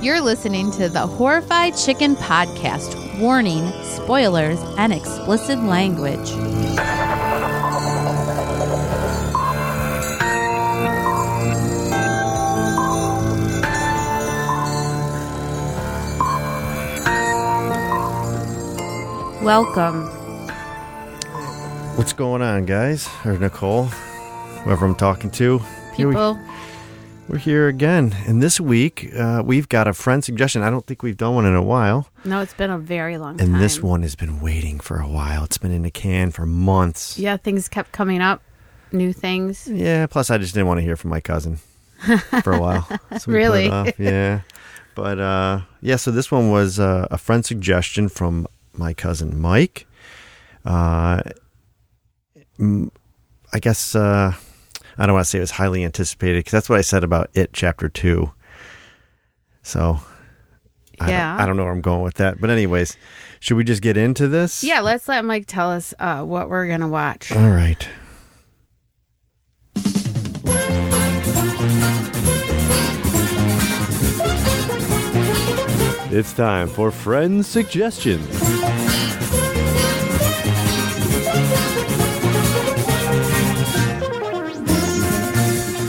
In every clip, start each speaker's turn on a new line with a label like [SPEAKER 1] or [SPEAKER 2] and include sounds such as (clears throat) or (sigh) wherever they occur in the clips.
[SPEAKER 1] You're listening to the Horrified Chicken Podcast. Warning, spoilers, and explicit language. Welcome.
[SPEAKER 2] What's going on, guys? Or Nicole, whoever I'm talking to. Here we,
[SPEAKER 1] People,
[SPEAKER 2] we're here again. And this week, uh, we've got a friend suggestion. I don't think we've done one in a while.
[SPEAKER 3] No, it's been a very long time.
[SPEAKER 2] And this one has been waiting for a while. It's been in the can for months.
[SPEAKER 3] Yeah, things kept coming up, new things.
[SPEAKER 2] Yeah, plus I just didn't want to hear from my cousin for a
[SPEAKER 3] (laughs)
[SPEAKER 2] while. So we put it
[SPEAKER 3] Really?
[SPEAKER 2] off, Yeah. But uh, yeah, so this one was uh, a friend suggestion from my cousin Mike. Uh, m- I guess uh, I don't want to say it was highly anticipated because that's what I said about it, chapter two. So I,
[SPEAKER 3] Yeah.
[SPEAKER 2] don't, I don't know where I'm going with that. But, anyways, should we just get into this?
[SPEAKER 3] Yeah, let's let Mike tell us uh, what we're going to watch.
[SPEAKER 2] All right.
[SPEAKER 4] It's time for Friends Suggestions.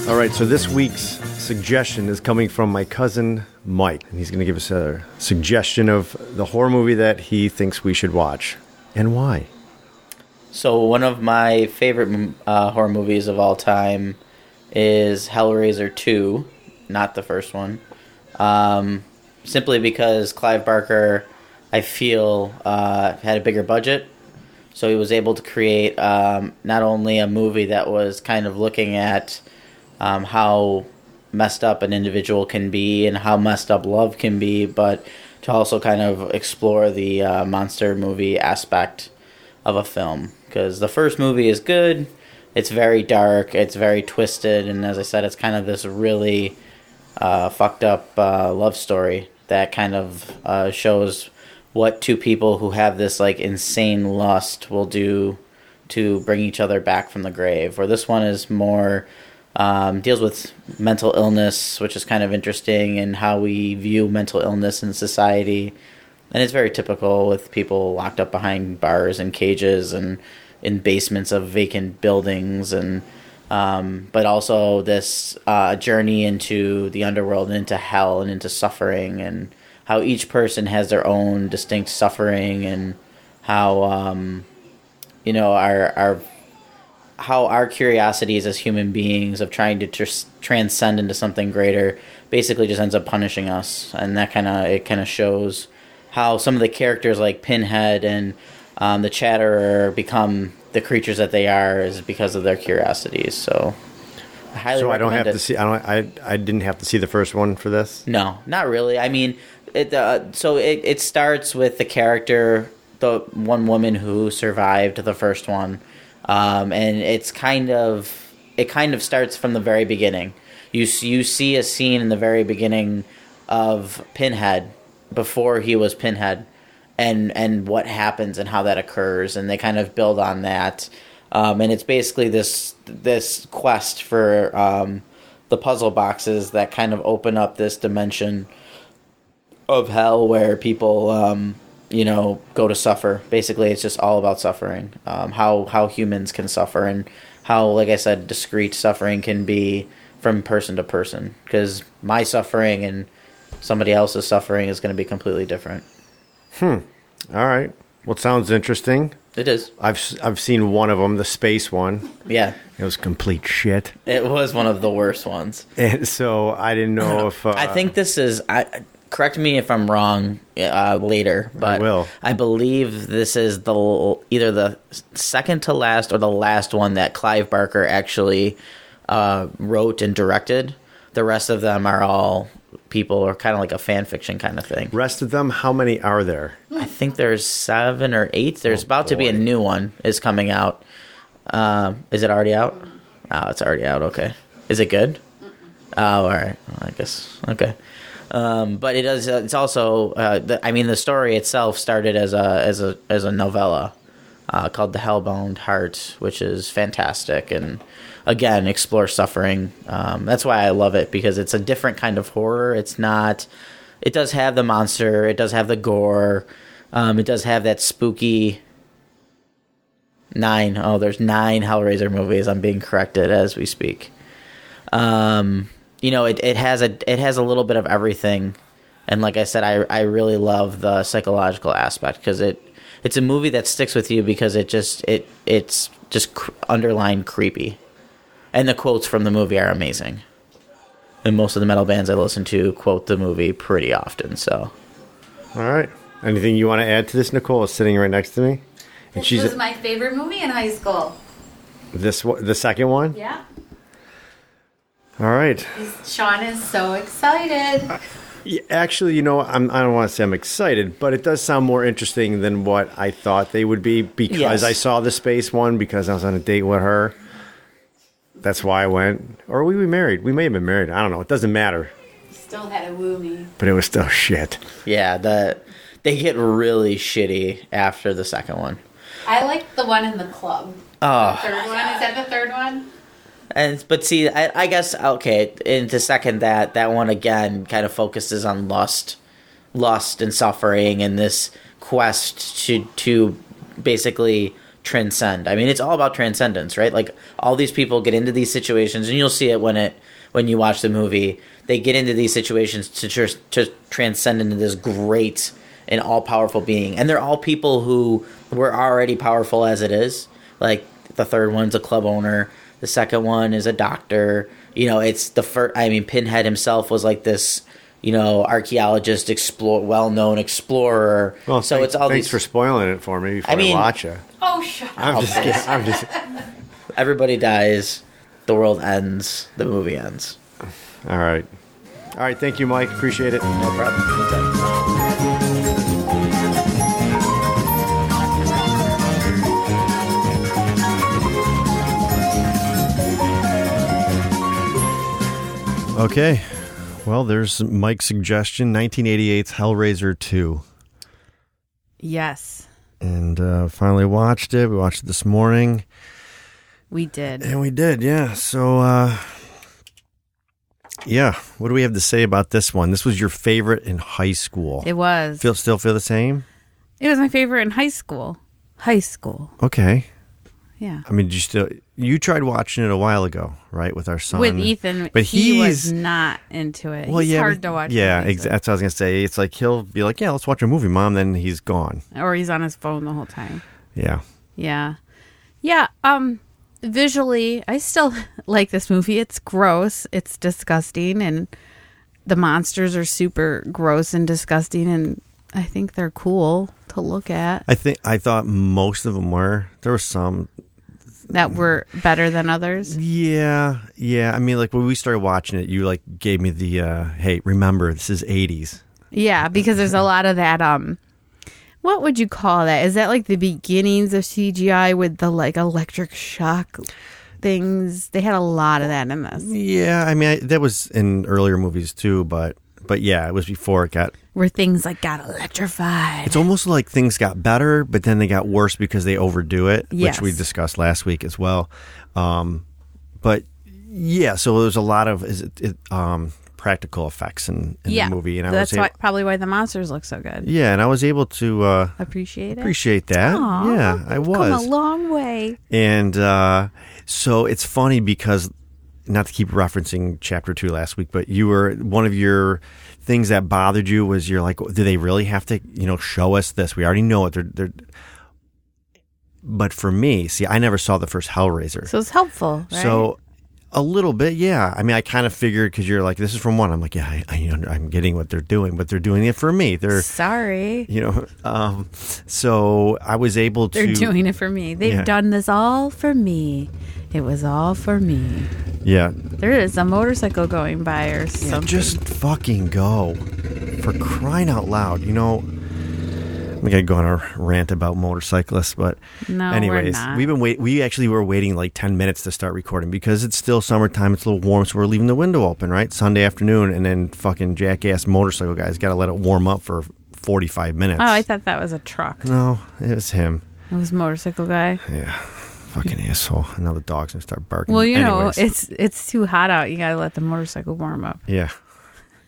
[SPEAKER 2] All right, so this week's suggestion is coming from my cousin Mike, and he's going to give us a suggestion of the horror movie that he thinks we should watch and why.
[SPEAKER 5] So one of my favorite m- uh, horror movies of all time is Hellraiser two, not the first one, um, simply because Clive Barker, I feel, uh, had a bigger budget, so he was able to create um, not only a movie that was kind of looking at um, how messed up an individual can be and how messed up love can be, but to also kind of explore the uh, monster movie aspect of a film. Because the first movie is good, it's very dark, it's very twisted, and as I said, it's kind of this really uh, fucked up uh, love story that kind of uh, shows what two people who have this like insane lust will do to bring each other back from the grave. Where this one is more um, deals with mental illness, which is kind of interesting, and how we view mental illness in society. And it's very typical with people locked up behind bars and cages and in basements of vacant buildings and um, but also this uh, journey into the underworld and into hell and into suffering and how each person has their own distinct suffering and how um, you know our our how our curiosities as human beings of trying to tr- transcend into something greater basically just ends up punishing us and that kind of it kind of shows how some of the characters like pinhead and um, the chatterer become the creatures that they are is because of their curiosities so I highly
[SPEAKER 2] So Oh, I don't have
[SPEAKER 5] recommend it.
[SPEAKER 2] to see. I don't. I I didn't have to see the first one for this.
[SPEAKER 5] No, not really. I mean, it, uh, so it, it starts with the character, the one woman who survived the first one, um, and it's kind of it kind of starts from the very beginning. You s- you see a scene in the very beginning of Pinhead before he was Pinhead, and and what happens and how that occurs, and they kind of build on that. Um, and it's basically this this quest for um, the puzzle boxes that kind of open up this dimension of hell where people um, you know go to suffer basically it's just all about suffering um, how how humans can suffer and how like i said discrete suffering can be from person to person because my suffering and somebody else's suffering is going to be completely different
[SPEAKER 2] All right. Well, it sounds interesting.
[SPEAKER 5] it is
[SPEAKER 2] I've s- I've seen one of them, the space one.
[SPEAKER 5] yeah
[SPEAKER 2] It was complete shit,
[SPEAKER 5] it was one of the worst ones
[SPEAKER 2] and so I didn't know if uh,
[SPEAKER 5] I think this is. I correct me if I'm wrong uh, later, but
[SPEAKER 2] will.
[SPEAKER 5] I believe this is the l- either the second to last or the last one that Clive Barker actually uh, wrote and directed. The rest of them are all people, or kind of like a fan fiction kind of thing.
[SPEAKER 2] Rest of them, how many are there?
[SPEAKER 5] I think there's seven or eight. There's about to be a new one is coming out. Um, is it already out? Oh, it's already out. Okay. Is it good? Oh, all right. Well, I guess okay. Um, but it does. It's also. Uh, the, I mean, the story itself started as a as a as a novella uh, called "The Hellbound Heart," which is fantastic and again explore suffering. Um, that's why I love it because it's a different kind of horror. It's not it does have the monster. It does have the gore. Um, it does have that spooky nine. Oh, there's nine Hellraiser movies. I'm being corrected as we speak. Um, you know, it, it has a it has a little bit of everything, and like I said, I I really love the psychological aspect because it it's a movie that sticks with you because it just it it's just cr- underlined creepy, and the quotes from the movie are amazing. And most of the metal bands I listen to quote the movie pretty often, so
[SPEAKER 2] All right. Anything you want to add to this? Nicole is sitting right next to me, and
[SPEAKER 6] This
[SPEAKER 2] she's
[SPEAKER 6] was my favorite movie in high school.
[SPEAKER 2] this one- the second one.
[SPEAKER 6] Yeah.
[SPEAKER 2] All right.
[SPEAKER 6] Sean is so excited.
[SPEAKER 2] Yeah, Actually, you know, I'm, I don't want to say I'm excited, but it does sound more interesting than what I thought they would be because
[SPEAKER 5] Yes.
[SPEAKER 2] I saw the space one because I was on a date with her. That's why I went. Or we were married. We may have been married. I don't know. It doesn't matter.
[SPEAKER 6] Still had to woo me.
[SPEAKER 2] But it was still (laughs) shit.
[SPEAKER 5] yeah, the they get really shitty after the second one.
[SPEAKER 6] I like the one in the club.
[SPEAKER 2] Ah.
[SPEAKER 5] Oh,
[SPEAKER 6] Third one is that the third one?
[SPEAKER 5] And but see, I, I guess okay. And to second that, that one again kind of focuses on lust, lust and suffering, and this quest to to basically transcend. I mean, it's all about transcendence, right? Like all these people get into these situations, and you'll see it when it when you watch the movie. They get into these situations to just to transcend into this great and all powerful being, and they're all people who were already powerful as it is. Like the third one's a club owner. The second one is a doctor. You know, it's the first. I mean, Pinhead himself was like this, you know, archaeologist, explore, well-known explorer.
[SPEAKER 2] Well,
[SPEAKER 5] so
[SPEAKER 2] thank-
[SPEAKER 5] it's all
[SPEAKER 2] thanks
[SPEAKER 5] these.
[SPEAKER 2] for spoiling it for me before I,
[SPEAKER 5] I mean-
[SPEAKER 2] watch it.
[SPEAKER 6] Oh, Sean.
[SPEAKER 2] I'm just kidding. I'm (laughs) just.
[SPEAKER 5] everybody dies, the world ends, the movie ends.
[SPEAKER 2] All right. All right. Thank you, Mike. Appreciate it.
[SPEAKER 5] No problem. Anytime.
[SPEAKER 2] Okay. Well, there's Mike's suggestion 1988's Hellraiser 2.
[SPEAKER 3] Yes,
[SPEAKER 2] And uh, finally watched it. We watched it this morning.
[SPEAKER 3] we did.
[SPEAKER 2] And we did, yeah. So, uh, yeah. What do we have to say about this one? This was your favorite in high school.
[SPEAKER 3] It was.
[SPEAKER 2] feel still feel the same?
[SPEAKER 3] It was my favorite in high school. High school.
[SPEAKER 2] Okay.
[SPEAKER 3] Yeah.
[SPEAKER 2] I mean, did you still you tried watching it a while ago, right, with our son
[SPEAKER 3] With Ethan,
[SPEAKER 2] Oh, but
[SPEAKER 3] he was
[SPEAKER 2] he's-
[SPEAKER 3] not into it.
[SPEAKER 2] Well,
[SPEAKER 3] He's
[SPEAKER 2] yeah,
[SPEAKER 3] hard
[SPEAKER 2] but-
[SPEAKER 3] to watch.
[SPEAKER 2] Yeah,
[SPEAKER 3] movies
[SPEAKER 2] ex- that's what I was gonna say. It's like he'll be like, "Yeah, let's watch a movie, mom." Then he's gone.
[SPEAKER 3] with. Or he's on his phone the whole time.
[SPEAKER 2] Yeah,
[SPEAKER 3] Yeah. Yeah. Um visually I still (laughs) like this movie. It's gross. It's disgusting and the monsters are super gross and disgusting and I think they're cool to look at
[SPEAKER 2] I think I thought most of them were. There were some.
[SPEAKER 3] that were better than others.
[SPEAKER 2] Yeah, yeah. I mean, like when we started watching it, you like gave me the uh, "Hey, remember this is '80s."
[SPEAKER 3] Yeah, because there's a lot of that um what would you call that? Is that like the beginnings of CGI with the like electric shock things? They had a lot of that in this.
[SPEAKER 2] Yeah, I mean I, that was in earlier movies too, but but yeah, it was before it got.
[SPEAKER 3] Where things like got electrified.
[SPEAKER 2] It's almost like things got better, but then they got worse because they overdo it, which we
[SPEAKER 3] Yes.
[SPEAKER 2] discussed last week as well. Um, but yeah, so there's a lot of is it, it, um, practical effects in, in the movie, and I
[SPEAKER 3] that's
[SPEAKER 2] was
[SPEAKER 3] why,
[SPEAKER 2] able,
[SPEAKER 3] probably why the monsters look so good.
[SPEAKER 2] yeah, and I was able to uh,
[SPEAKER 3] Appreciate it.
[SPEAKER 2] appreciate that.
[SPEAKER 3] Aw,
[SPEAKER 2] yeah, I
[SPEAKER 3] we've
[SPEAKER 2] was
[SPEAKER 3] come a long way.
[SPEAKER 2] And uh, so it's funny because not to keep referencing chapter two last week, but you were one of your things that bothered you was you're like, do they really have to, you know, show us this? We already know it. They're, they're... But for me, see, I never saw the first Hellraiser,
[SPEAKER 3] So it's helpful. Right?
[SPEAKER 2] so a little bit, yeah. I mean, I kind of figured because you're like, this is from one. I'm like, yeah, I, I, under- I'm getting what they're doing, but they're doing it for me. They're,
[SPEAKER 3] sorry,
[SPEAKER 2] you know, (laughs) um, so I was able to.
[SPEAKER 3] (laughs) they're doing it for me. They've
[SPEAKER 2] Yeah.
[SPEAKER 3] done this all for me. It was all for me.
[SPEAKER 2] Yeah,
[SPEAKER 3] There is a motorcycle going by or
[SPEAKER 2] Yeah,
[SPEAKER 3] something.
[SPEAKER 2] just fucking go. For crying out loud. You know, I'm going to go on a rant about motorcyclists, but
[SPEAKER 3] No, we're
[SPEAKER 2] anyways,
[SPEAKER 3] not.
[SPEAKER 2] we've been wait we actually were waiting like 10 minutes to start recording because it's still summertime, it's a little warm, so we're leaving the window open, right? Sunday afternoon and then fucking jackass motorcycle guys got to let it warm up for 45 minutes.
[SPEAKER 3] oh, I thought that was a truck.
[SPEAKER 2] No, it was him.
[SPEAKER 3] It was a motorcycle guy.
[SPEAKER 2] Yeah. Fucking asshole. And Now the dog's going to start barking.
[SPEAKER 3] Well, you know,
[SPEAKER 2] Anyways.
[SPEAKER 3] it's it's too hot out. You gotta let the motorcycle warm up.
[SPEAKER 2] Yeah.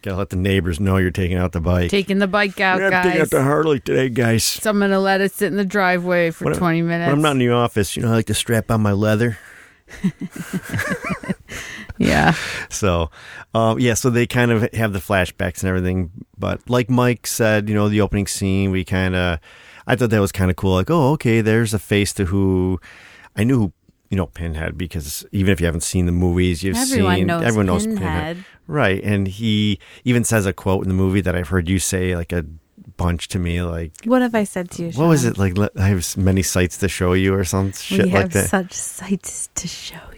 [SPEAKER 2] Gotta let the neighbors know you're taking out the bike.
[SPEAKER 3] Taking the bike out,
[SPEAKER 2] I'm taking
[SPEAKER 3] guys.
[SPEAKER 2] out the Harley today, guys.
[SPEAKER 3] So I'm gonna let it sit in the driveway for
[SPEAKER 2] When I-
[SPEAKER 3] 20
[SPEAKER 2] when
[SPEAKER 3] minutes.
[SPEAKER 2] I'm not in the office. You know, I like to strap on my leather.
[SPEAKER 3] yeah,
[SPEAKER 2] So, um, yeah, so they kind of have the flashbacks and everything. But like Mike said, you know, the opening scene, we kind of, I thought that was kind of cool. Like, oh, okay, there's a face to who I knew, who, you know, Pinhead, because even if you haven't seen the movies, you've
[SPEAKER 3] Everyone
[SPEAKER 2] seen,
[SPEAKER 3] knows
[SPEAKER 2] everyone knows
[SPEAKER 3] Pinhead.
[SPEAKER 2] Pinhead. Right. And he even says a quote in the movie that I've heard you say like a bunch to me, like,
[SPEAKER 3] what have I said to you?
[SPEAKER 2] what was it? Like, let- I have s- many sites to show you or some shit
[SPEAKER 3] we
[SPEAKER 2] like
[SPEAKER 3] have
[SPEAKER 2] that.
[SPEAKER 3] such sights to show you.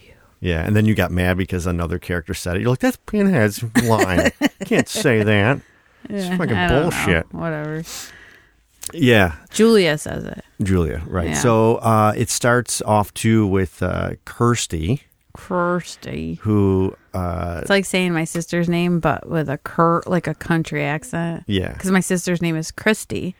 [SPEAKER 2] Yeah, and then you got mad because another character said it. You're like, that's Pinhead's
[SPEAKER 3] (laughs)
[SPEAKER 2] line. Can't say that. It's
[SPEAKER 3] Eh,
[SPEAKER 2] fucking
[SPEAKER 3] I don't know.
[SPEAKER 2] bullshit.
[SPEAKER 3] Whatever.
[SPEAKER 2] Yeah,
[SPEAKER 3] Julia says it.
[SPEAKER 2] Julia, right.
[SPEAKER 3] Yeah.
[SPEAKER 2] So uh, it starts off too with uh, Kirsty,
[SPEAKER 3] Kirsty.
[SPEAKER 2] who, uh,
[SPEAKER 3] It's like saying my sister's name, but with a cur, like a country accent.
[SPEAKER 2] yeah.
[SPEAKER 3] Because my sister's name is Christy,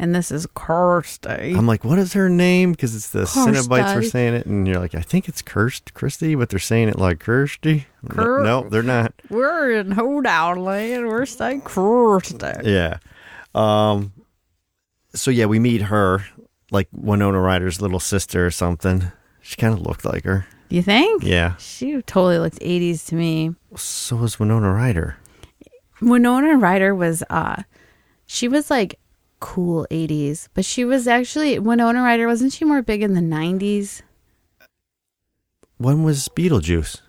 [SPEAKER 3] and this is Kirsty.
[SPEAKER 2] I'm like, what is her name? Because it's the
[SPEAKER 3] Kirsty.
[SPEAKER 2] Cenobites were saying it, and you're like, I think it's Kirst Christy, but they're saying it like Kirsty. I'm like,
[SPEAKER 3] Kir-
[SPEAKER 2] no, they're not.
[SPEAKER 3] We're in holdout land. We're saying Kirsty.
[SPEAKER 2] Yeah. Um. So yeah, we meet her, like Winona Ryder's little sister or something. She kind of looked like her.
[SPEAKER 3] You think?
[SPEAKER 2] Yeah.
[SPEAKER 3] She totally looked 80s to me.
[SPEAKER 2] So was Winona Ryder.
[SPEAKER 3] Winona Ryder was uh she was like cool 80s, but she was actually Winona Ryder wasn't she more big in the 90s?
[SPEAKER 2] When was Beetlejuice?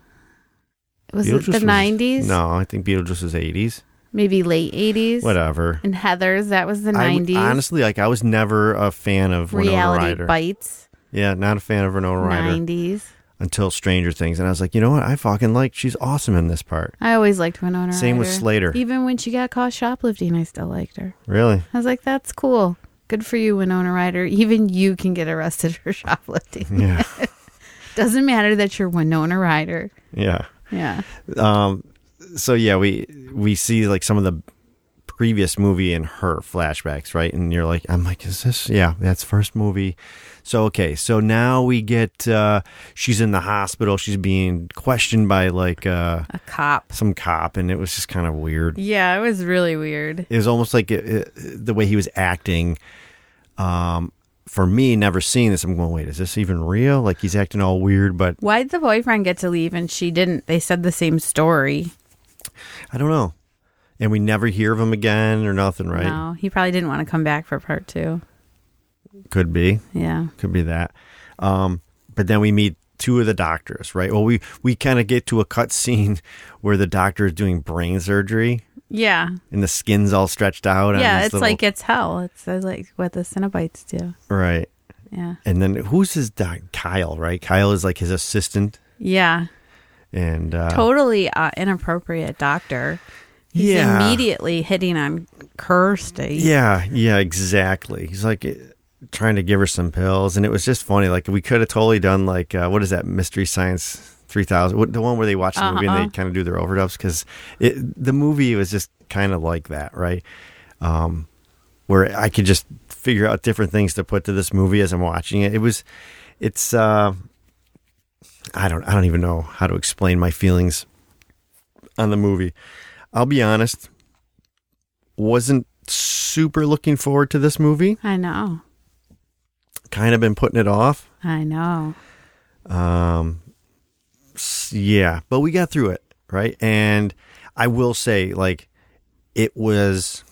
[SPEAKER 3] Was
[SPEAKER 2] Beetlejuice
[SPEAKER 3] it the 90s?
[SPEAKER 2] No, I think Beetlejuice was 80s.
[SPEAKER 3] Maybe late 80s.
[SPEAKER 2] Whatever.
[SPEAKER 3] And Heathers, that was the
[SPEAKER 2] I-
[SPEAKER 3] 90s.
[SPEAKER 2] honestly, like I was never a fan of Winona
[SPEAKER 3] Reality
[SPEAKER 2] Ryder.
[SPEAKER 3] Bites.
[SPEAKER 2] Yeah, not a fan of Winona Ryder
[SPEAKER 3] 90s.
[SPEAKER 2] until Stranger Things, and I was like, you know what? I fucking like. She's awesome in this part.
[SPEAKER 3] I always liked Winona
[SPEAKER 2] Same with
[SPEAKER 3] Ryder.
[SPEAKER 2] Slater.
[SPEAKER 3] Even when she got caught shoplifting, I still liked her.
[SPEAKER 2] Really?
[SPEAKER 3] I was like, that's cool. Good for you, Winona Ryder. Even you can get arrested (laughs) for
[SPEAKER 2] (laughs)
[SPEAKER 3] shoplifting.
[SPEAKER 2] Yeah.
[SPEAKER 3] Doesn't matter that you're Winona Ryder.
[SPEAKER 2] yeah.
[SPEAKER 3] Yeah.
[SPEAKER 2] um so yeah we we see like some of the previous movie and her flashbacks right and you're like i'm like is this yeah that's first movie so okay so now we get uh she's in the hospital she's being questioned by like uh
[SPEAKER 3] A cop.
[SPEAKER 2] some cop and it was just kind of weird
[SPEAKER 3] Yeah, it was really weird.
[SPEAKER 2] it was almost like it, it, the way he was acting um for me never seeing this i'm going wait is this even real like he's acting all weird but
[SPEAKER 3] Why'd the boyfriend get to leave and she didn't? They said the same story.
[SPEAKER 2] i don't know and we never hear of him again or nothing right
[SPEAKER 3] No, he probably didn't want to come back for part two.
[SPEAKER 2] could be
[SPEAKER 3] Yeah.
[SPEAKER 2] could be that. Um, but then we meet two of the doctors, right? Well, we we kind of get to a cut scene (laughs) where the doctor is doing brain surgery
[SPEAKER 3] Yeah.
[SPEAKER 2] and the skin's all stretched out. on
[SPEAKER 3] yeah,
[SPEAKER 2] this
[SPEAKER 3] it's
[SPEAKER 2] little-
[SPEAKER 3] like it's hell. It's uh, like what the Cenobites do.
[SPEAKER 2] right.
[SPEAKER 3] Yeah.
[SPEAKER 2] And then who's his doc? Kyle, right? Kyle is like his assistant,
[SPEAKER 3] Yeah.
[SPEAKER 2] and uh,
[SPEAKER 3] Totally uh, inappropriate doctor. He's
[SPEAKER 2] Yeah.
[SPEAKER 3] immediately hitting on Kirsty.
[SPEAKER 2] yeah, yeah, exactly. He's like. eh, Trying to give her some pills, and it was just funny. Like we could have totally done like uh, what is that Mystery Science three thousand? The one where they watch the movie and
[SPEAKER 3] Uh-uh.
[SPEAKER 2] they kind of do their overdubs because the movie was just kind of like that, right? um, where I could just figure out different things to put to this movie as I'm watching it. It was, it's, uh, I don't, I don't even know how to explain my feelings on the movie. I'll be honest, wasn't super looking forward to this movie.
[SPEAKER 3] I know.
[SPEAKER 2] Kind of been putting it off.
[SPEAKER 3] I know.
[SPEAKER 2] Um, s- yeah, but we got through it, right? And I will say, like, it was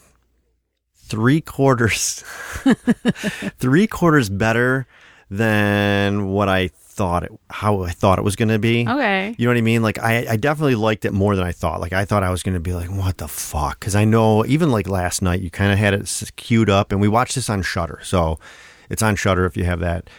[SPEAKER 2] three (laughs) quarters, three quarters better than what I thought it, how I thought it was going to be.
[SPEAKER 3] Okay.
[SPEAKER 2] You know what I mean? Like I, I definitely liked it more than I thought. Like I thought I was going to be like, what the fuck? Because I know even like last night, you kind of had it s- queued up, and we watched this on Shutter, so it's on Shutter if you have that.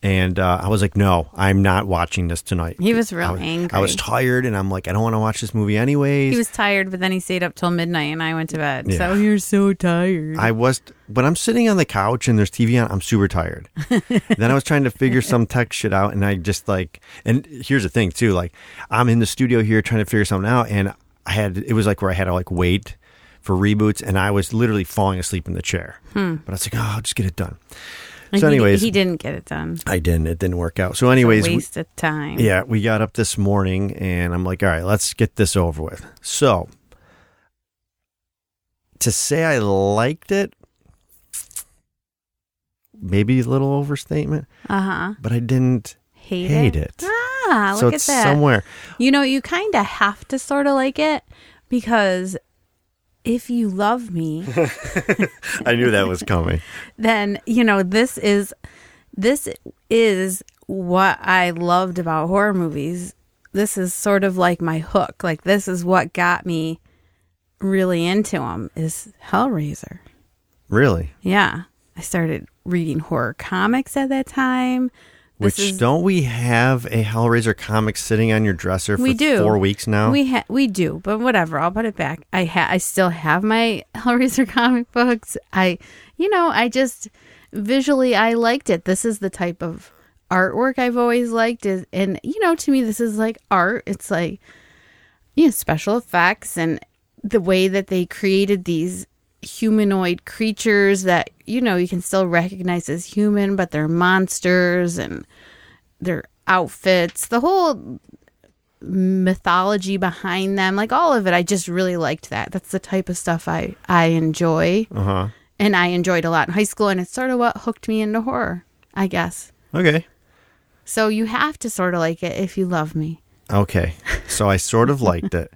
[SPEAKER 2] And uh, I was like, no, I'm not watching this tonight.
[SPEAKER 3] He was real
[SPEAKER 2] I was,
[SPEAKER 3] angry.
[SPEAKER 2] I was tired, and I'm like, I don't want to watch this movie anyways.
[SPEAKER 3] He was tired, but then he stayed up till midnight and I went to bed.
[SPEAKER 2] Yeah.
[SPEAKER 3] So you're so tired.
[SPEAKER 2] I was when I'm sitting on the couch and there's TV on, I'm super
[SPEAKER 3] (laughs)
[SPEAKER 2] tired. then I was trying to figure some tech shit out and I just like and here's the thing too, like I'm in the studio here trying to figure something out and I had it was like where I had to like wait for reboots and I was literally falling asleep in the chair. But I was like, oh, I'll just get it done.
[SPEAKER 3] And
[SPEAKER 2] so
[SPEAKER 3] Hmm. he-
[SPEAKER 2] anyways,
[SPEAKER 3] he, didn't get it done.
[SPEAKER 2] I didn't. It didn't work out. So anyways, we-
[SPEAKER 3] waste of time.
[SPEAKER 2] yeah, we got up this morning and I'm like, all right, let's get this over with. So to say I liked it, maybe a little overstatement,
[SPEAKER 3] Uh huh.
[SPEAKER 2] but I didn't
[SPEAKER 3] Hate,
[SPEAKER 2] hate it.
[SPEAKER 3] Ah, look
[SPEAKER 2] so
[SPEAKER 3] at
[SPEAKER 2] it's
[SPEAKER 3] that. (laughs)
[SPEAKER 2] somewhere.
[SPEAKER 3] You know, you kind of have to sort of like it because if you love me,
[SPEAKER 2] I knew that was coming.
[SPEAKER 3] then you know this is this is what I loved about horror movies. This is sort of like my hook. Like this is what got me really into them is Hellraiser.
[SPEAKER 2] Really.
[SPEAKER 3] Yeah, I started reading horror comics at that time. This
[SPEAKER 2] Which
[SPEAKER 3] is-
[SPEAKER 2] don't we have a Hellraiser comic sitting on your dresser for
[SPEAKER 3] we do
[SPEAKER 2] four weeks now?
[SPEAKER 3] We ha- we do, but whatever. I'll put it back. I ha- I still have my (laughs) Hellraiser comic books. I, you know, I just visually I liked it. This is the type of artwork I've always liked. Is and you know, to me, this is like art. It's like you know, special effects and the way that they created these humanoid creatures that you know you can still recognize as human, but they're monsters and their outfits, the whole mythology behind them, like all of it. I just really liked that. That's the type of stuff I I enjoy,
[SPEAKER 2] uh-huh.
[SPEAKER 3] and I enjoyed a lot in high school, and it's sort of what hooked me into horror, I guess.
[SPEAKER 2] Okay.
[SPEAKER 3] So you have to sort of like it if you love me.
[SPEAKER 2] Okay. So I sort of liked
[SPEAKER 3] (laughs)
[SPEAKER 2] it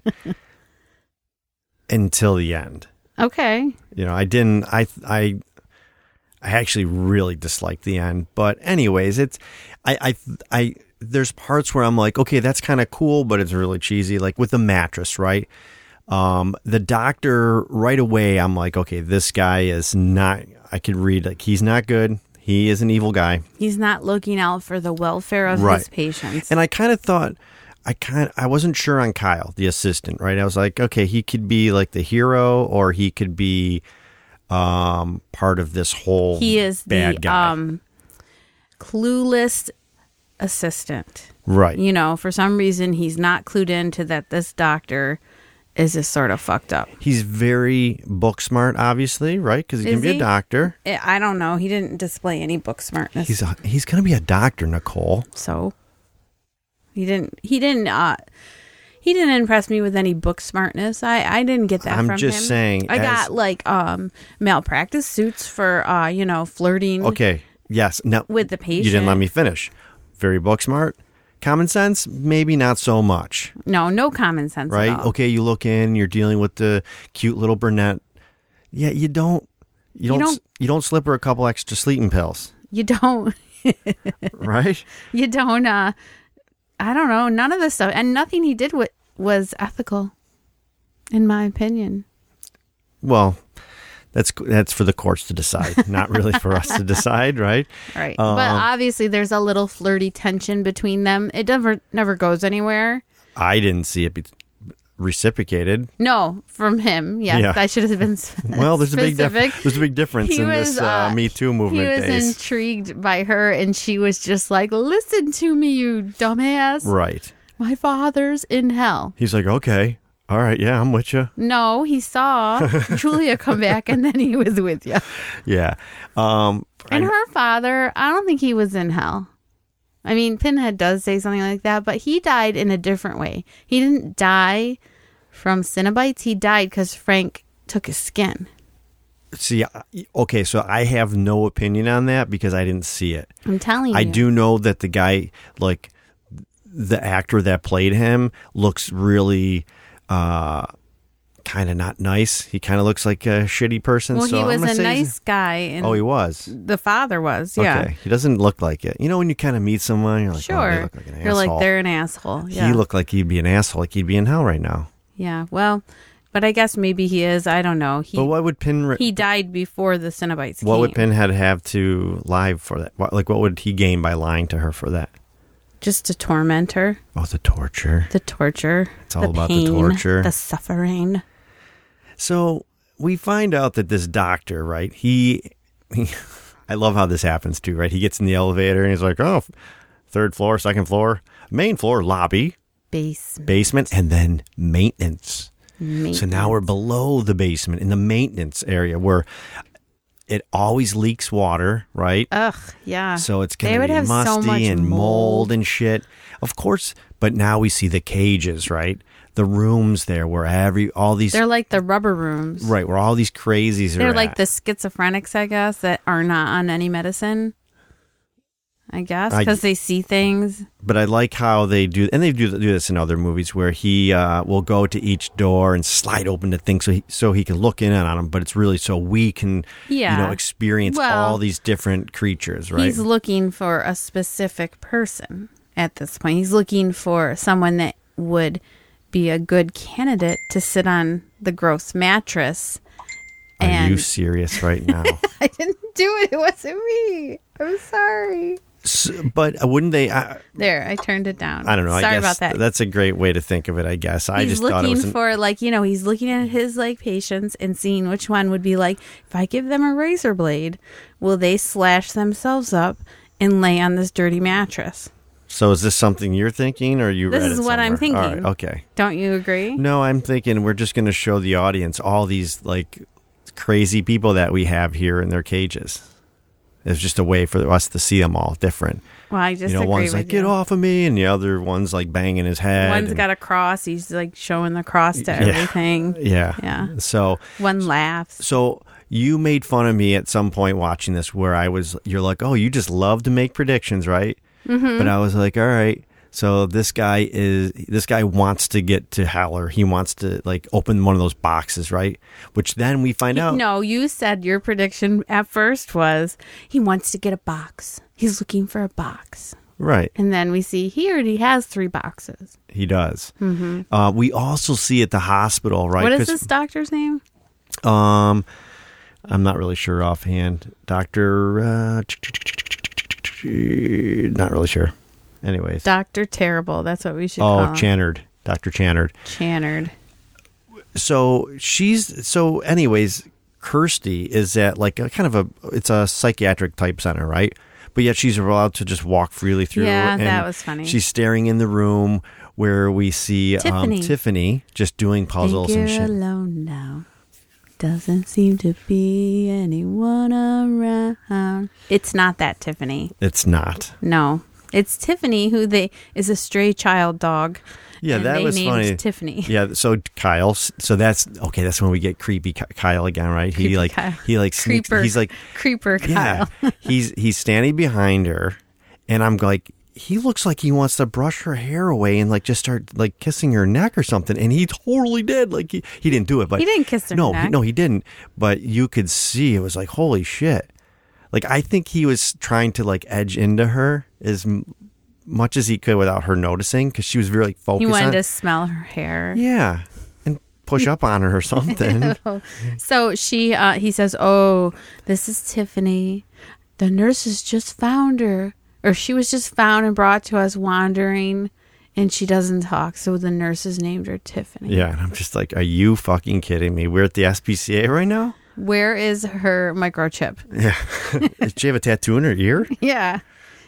[SPEAKER 2] until the end.
[SPEAKER 3] Okay.
[SPEAKER 2] You know, I didn't I I I actually really disliked the end, but anyways, it's I I I there's parts where I'm like, okay, that's kind of cool, but it's really cheesy like with the mattress, right? Um the doctor right away I'm like, okay, this guy is not I could read like he's not good. He is an evil guy.
[SPEAKER 3] He's not looking out for the welfare of his
[SPEAKER 2] Right.
[SPEAKER 3] patients.
[SPEAKER 2] And I kind of thought, I kind, I wasn't sure on Kyle, the assistant, right? I was like, okay, he could be like the hero, or he could be um part of this whole.
[SPEAKER 3] he is
[SPEAKER 2] bad
[SPEAKER 3] the
[SPEAKER 2] guy,
[SPEAKER 3] um clueless assistant.
[SPEAKER 2] right?
[SPEAKER 3] You know, for some reason he's not clued into that this doctor is just sort of fucked up.
[SPEAKER 2] He's very book smart, obviously, right? Because he
[SPEAKER 3] Is
[SPEAKER 2] can be
[SPEAKER 3] he?
[SPEAKER 2] a doctor.
[SPEAKER 3] I Eh, I don't know. He didn't display any book smartness.
[SPEAKER 2] He's a, he's going to be a doctor, Nicole.
[SPEAKER 3] so he didn't. He didn't. Uh, he didn't impress me with any book smartness. I I didn't get that.
[SPEAKER 2] I'm
[SPEAKER 3] from
[SPEAKER 2] just
[SPEAKER 3] him.
[SPEAKER 2] saying,
[SPEAKER 3] I
[SPEAKER 2] as-
[SPEAKER 3] got like um malpractice suits for uh you know flirting.
[SPEAKER 2] Okay, yes. Now
[SPEAKER 3] With the
[SPEAKER 2] you didn't let
[SPEAKER 3] patient.
[SPEAKER 2] me finish. Very book smart, common sense, maybe not so much.
[SPEAKER 3] No, no common sense. at
[SPEAKER 2] right?
[SPEAKER 3] all.
[SPEAKER 2] Okay, you look in, you're dealing with the cute little brunette. Yeah, you don't, you don't, you
[SPEAKER 3] don't-
[SPEAKER 2] don't, slip her a couple extra sleeping pills,
[SPEAKER 3] (laughs) You don't.
[SPEAKER 2] right?
[SPEAKER 3] You don't. Uh, I don't know. None of this stuff and nothing he did wa- was ethical, in my opinion.
[SPEAKER 2] well, that's that's for the courts to decide, not really for us to
[SPEAKER 3] (laughs)
[SPEAKER 2] decide, right?
[SPEAKER 3] Right. but
[SPEAKER 2] Oh.
[SPEAKER 3] obviously, there's a little flirty tension between them. It never never goes anywhere.
[SPEAKER 2] I didn't see it be reciprocated.
[SPEAKER 3] No, from him. Yes,
[SPEAKER 2] Yeah.
[SPEAKER 3] I should
[SPEAKER 2] (laughs)
[SPEAKER 3] have been.
[SPEAKER 2] Well, there's a big dif-
[SPEAKER 3] specific.
[SPEAKER 2] there's a big difference in this uh, Me Too movement
[SPEAKER 3] He was
[SPEAKER 2] days.
[SPEAKER 3] intrigued by her, and she was just like, "Listen to me, you dumbass.
[SPEAKER 2] Right?
[SPEAKER 3] My father's in hell."
[SPEAKER 2] He's like, okay, all right, yeah, I'm with you.
[SPEAKER 3] No,
[SPEAKER 2] (laughs)
[SPEAKER 3] he saw Julia come back, and then he was with you.
[SPEAKER 2] Yeah. Um,
[SPEAKER 3] And
[SPEAKER 2] I-
[SPEAKER 3] her father, I don't think he was in hell. I mean, Pinhead does say something like that, but he died in a different way. He didn't die from Cenobites. He died because Frank took his skin.
[SPEAKER 2] see, I- okay, so I have no opinion on that because I didn't see it.
[SPEAKER 3] I'm telling you.
[SPEAKER 2] I do know that the guy, like the actor that played him, looks really uh, kind of not nice. He kind of looks like a shitty person.
[SPEAKER 3] Well,
[SPEAKER 2] so
[SPEAKER 3] he
[SPEAKER 2] I'm
[SPEAKER 3] was
[SPEAKER 2] gonna
[SPEAKER 3] a
[SPEAKER 2] say-
[SPEAKER 3] nice guy, and
[SPEAKER 2] Oh, he was.
[SPEAKER 3] the father was. Yeah,
[SPEAKER 2] Okay, he doesn't look like it. You know, when you kind of meet someone, you're like, oh, they
[SPEAKER 3] sure.
[SPEAKER 2] look like an
[SPEAKER 3] You're
[SPEAKER 2] asshole.
[SPEAKER 3] like they're an asshole. Yeah,
[SPEAKER 2] He looked like he'd be an asshole, like he'd be in hell right now.
[SPEAKER 3] yeah. Well, but I guess maybe he is. I don't know. He
[SPEAKER 2] but what would Pin?
[SPEAKER 3] he died before the Cenobites.
[SPEAKER 2] what
[SPEAKER 3] came.
[SPEAKER 2] would Pinhead have to lie for that? What, like, what would he gain by lying to her for that?
[SPEAKER 3] Just to torment her,
[SPEAKER 2] Oh, the torture.
[SPEAKER 3] the torture.
[SPEAKER 2] It's all
[SPEAKER 3] the
[SPEAKER 2] about the
[SPEAKER 3] pain,
[SPEAKER 2] torture.
[SPEAKER 3] the suffering.
[SPEAKER 2] So we find out that this doctor, right? He, he- (laughs) I love how this happens too, right? He gets in the elevator and he's like, "Oh, f- third floor, second floor, main floor, lobby,
[SPEAKER 3] Basement.
[SPEAKER 2] basement, and then maintenance."
[SPEAKER 3] mate.
[SPEAKER 2] So now we're below the basement in the maintenance area where it always leaks water, right?
[SPEAKER 3] Ugh, yeah.
[SPEAKER 2] So it's
[SPEAKER 3] Uh, They
[SPEAKER 2] gonna
[SPEAKER 3] would
[SPEAKER 2] be
[SPEAKER 3] have so
[SPEAKER 2] musty
[SPEAKER 3] much
[SPEAKER 2] and mold.
[SPEAKER 3] mold.
[SPEAKER 2] and shit, of course. But now we see the cages, right? the rooms there where every all these
[SPEAKER 3] They're like the rubber rooms.
[SPEAKER 2] right where all these crazies
[SPEAKER 3] They're
[SPEAKER 2] are
[SPEAKER 3] like
[SPEAKER 2] at.
[SPEAKER 3] the schizophrenics, I guess, that are not on any medicine. I guess
[SPEAKER 2] I-
[SPEAKER 3] because they see things.
[SPEAKER 2] but I like how they do, and they do do this in other movies where he uh, will go to each door and slide open the thing so he, so he can look in on them. But it's really so we can,
[SPEAKER 3] Yeah.
[SPEAKER 2] you know, experience
[SPEAKER 3] Well,
[SPEAKER 2] all these different creatures, right?
[SPEAKER 3] He's looking for a specific person at this point. He's looking for someone that would be a good candidate to sit on the gross mattress. (laughs)
[SPEAKER 2] Are you
[SPEAKER 3] And
[SPEAKER 2] serious
[SPEAKER 3] (laughs)
[SPEAKER 2] right now?
[SPEAKER 3] I didn't do it. It wasn't me. I'm sorry.
[SPEAKER 2] S but uh, wouldn't they? I,
[SPEAKER 3] There, I turned it down.
[SPEAKER 2] I don't know.
[SPEAKER 3] Sorry
[SPEAKER 2] I guess
[SPEAKER 3] about that.
[SPEAKER 2] That's a great way to think of it. I guess I
[SPEAKER 3] he's
[SPEAKER 2] just
[SPEAKER 3] looking
[SPEAKER 2] thought it was. An,
[SPEAKER 3] for like you know he's looking at his like patients and seeing which one would be like if i give them a razor blade will they slash themselves up and lay on this dirty mattress
[SPEAKER 2] so is this something you're thinking, or you?
[SPEAKER 3] This
[SPEAKER 2] read
[SPEAKER 3] is
[SPEAKER 2] it
[SPEAKER 3] what I'm
[SPEAKER 2] somewhere? All right,
[SPEAKER 3] thinking.
[SPEAKER 2] okay.
[SPEAKER 3] don't you agree
[SPEAKER 2] No, I'm thinking we're just going to show the audience all these like crazy people that we have here in their cages. It's just a way for us to see them all different.
[SPEAKER 3] well i just
[SPEAKER 2] you know,
[SPEAKER 3] agree
[SPEAKER 2] one's
[SPEAKER 3] with
[SPEAKER 2] like
[SPEAKER 3] you
[SPEAKER 2] "get off of me," and the other one's like banging his head.
[SPEAKER 3] one's
[SPEAKER 2] and-
[SPEAKER 3] got a cross he's like showing the cross to everything
[SPEAKER 2] (laughs) yeah,
[SPEAKER 3] Yeah.
[SPEAKER 2] So,
[SPEAKER 3] one laughs
[SPEAKER 2] so you made fun of me at some point watching this, where I was, you're like, "Oh, you just love to make predictions, right?"
[SPEAKER 3] Mm-hmm.
[SPEAKER 2] But I was like, "All right." So this guy is this guy wants to get to Howler. He wants to like open one of those boxes, right? Which then we find out
[SPEAKER 3] no you said your prediction at first was he wants to get a box he's looking for a box
[SPEAKER 2] Right,
[SPEAKER 3] and then we see he already has three boxes
[SPEAKER 2] he does. Mm-hmm. Uh, we also see at the hospital, right?
[SPEAKER 3] what is
[SPEAKER 2] 'cause,
[SPEAKER 3] this doctor's name
[SPEAKER 2] Um, I'm not really sure offhand. Doctor, uh, not really sure. Anyways,
[SPEAKER 3] Doctor Terrible. That's what we should
[SPEAKER 2] oh,
[SPEAKER 3] call him.
[SPEAKER 2] Channard, Doctor Channard.
[SPEAKER 3] Channard.
[SPEAKER 2] So she's so. Anyways, Kirsty is at like a kind of a it's a psychiatric type center, right? But yet she's allowed to just walk freely through.
[SPEAKER 3] Yeah,
[SPEAKER 2] and
[SPEAKER 3] that was funny.
[SPEAKER 2] She's staring in the room where we see
[SPEAKER 3] Tiffany.
[SPEAKER 2] Um, Tiffany just doing puzzles
[SPEAKER 3] Think
[SPEAKER 2] and
[SPEAKER 3] you're
[SPEAKER 2] shit.
[SPEAKER 3] alone now. Doesn't seem to be anyone around. It's not that Tiffany.
[SPEAKER 2] It's not.
[SPEAKER 3] (laughs) No, it's Tiffany who they is a stray child dog.
[SPEAKER 2] Yeah,
[SPEAKER 3] and
[SPEAKER 2] that
[SPEAKER 3] they
[SPEAKER 2] was
[SPEAKER 3] named
[SPEAKER 2] funny.
[SPEAKER 3] Tiffany. (laughs)
[SPEAKER 2] Yeah, so Kyle. s- So that's okay. That's when we get creepy Ky- Kyle again, right?
[SPEAKER 3] Creepy
[SPEAKER 2] he like
[SPEAKER 3] Kyle.
[SPEAKER 2] he like sneaks,
[SPEAKER 3] Creeper.
[SPEAKER 2] he's like
[SPEAKER 3] Creeper Kyle. (laughs)
[SPEAKER 2] yeah. he's he's standing behind her, and I'm like he looks like he wants to brush her hair away and like just start like kissing her neck or something, and he totally did. Like he, he didn't do it, but
[SPEAKER 3] He didn't kiss her
[SPEAKER 2] No,
[SPEAKER 3] neck.
[SPEAKER 2] He, no, he didn't. But you could see it was like holy shit. Like I think he was trying to like edge into her as m- much as he could without her noticing because she was really like, focused.
[SPEAKER 3] He wanted
[SPEAKER 2] on
[SPEAKER 3] to smell her hair.
[SPEAKER 2] yeah, and push up on
[SPEAKER 3] (laughs)
[SPEAKER 2] her or something.
[SPEAKER 3] So she, uh, he says, "Oh, this is Tiffany. The nurses just found her, or she was just found and brought to us wandering, and she doesn't talk. So the nurses named her Tiffany.
[SPEAKER 2] yeah, and I'm just like, are you fucking kidding me? We're at the SPCA right now.
[SPEAKER 3] Where is her
[SPEAKER 2] (laughs)
[SPEAKER 3] microchip?
[SPEAKER 2] Did she have a tattoo in her
[SPEAKER 3] (laughs)
[SPEAKER 2] ear?
[SPEAKER 3] Yeah,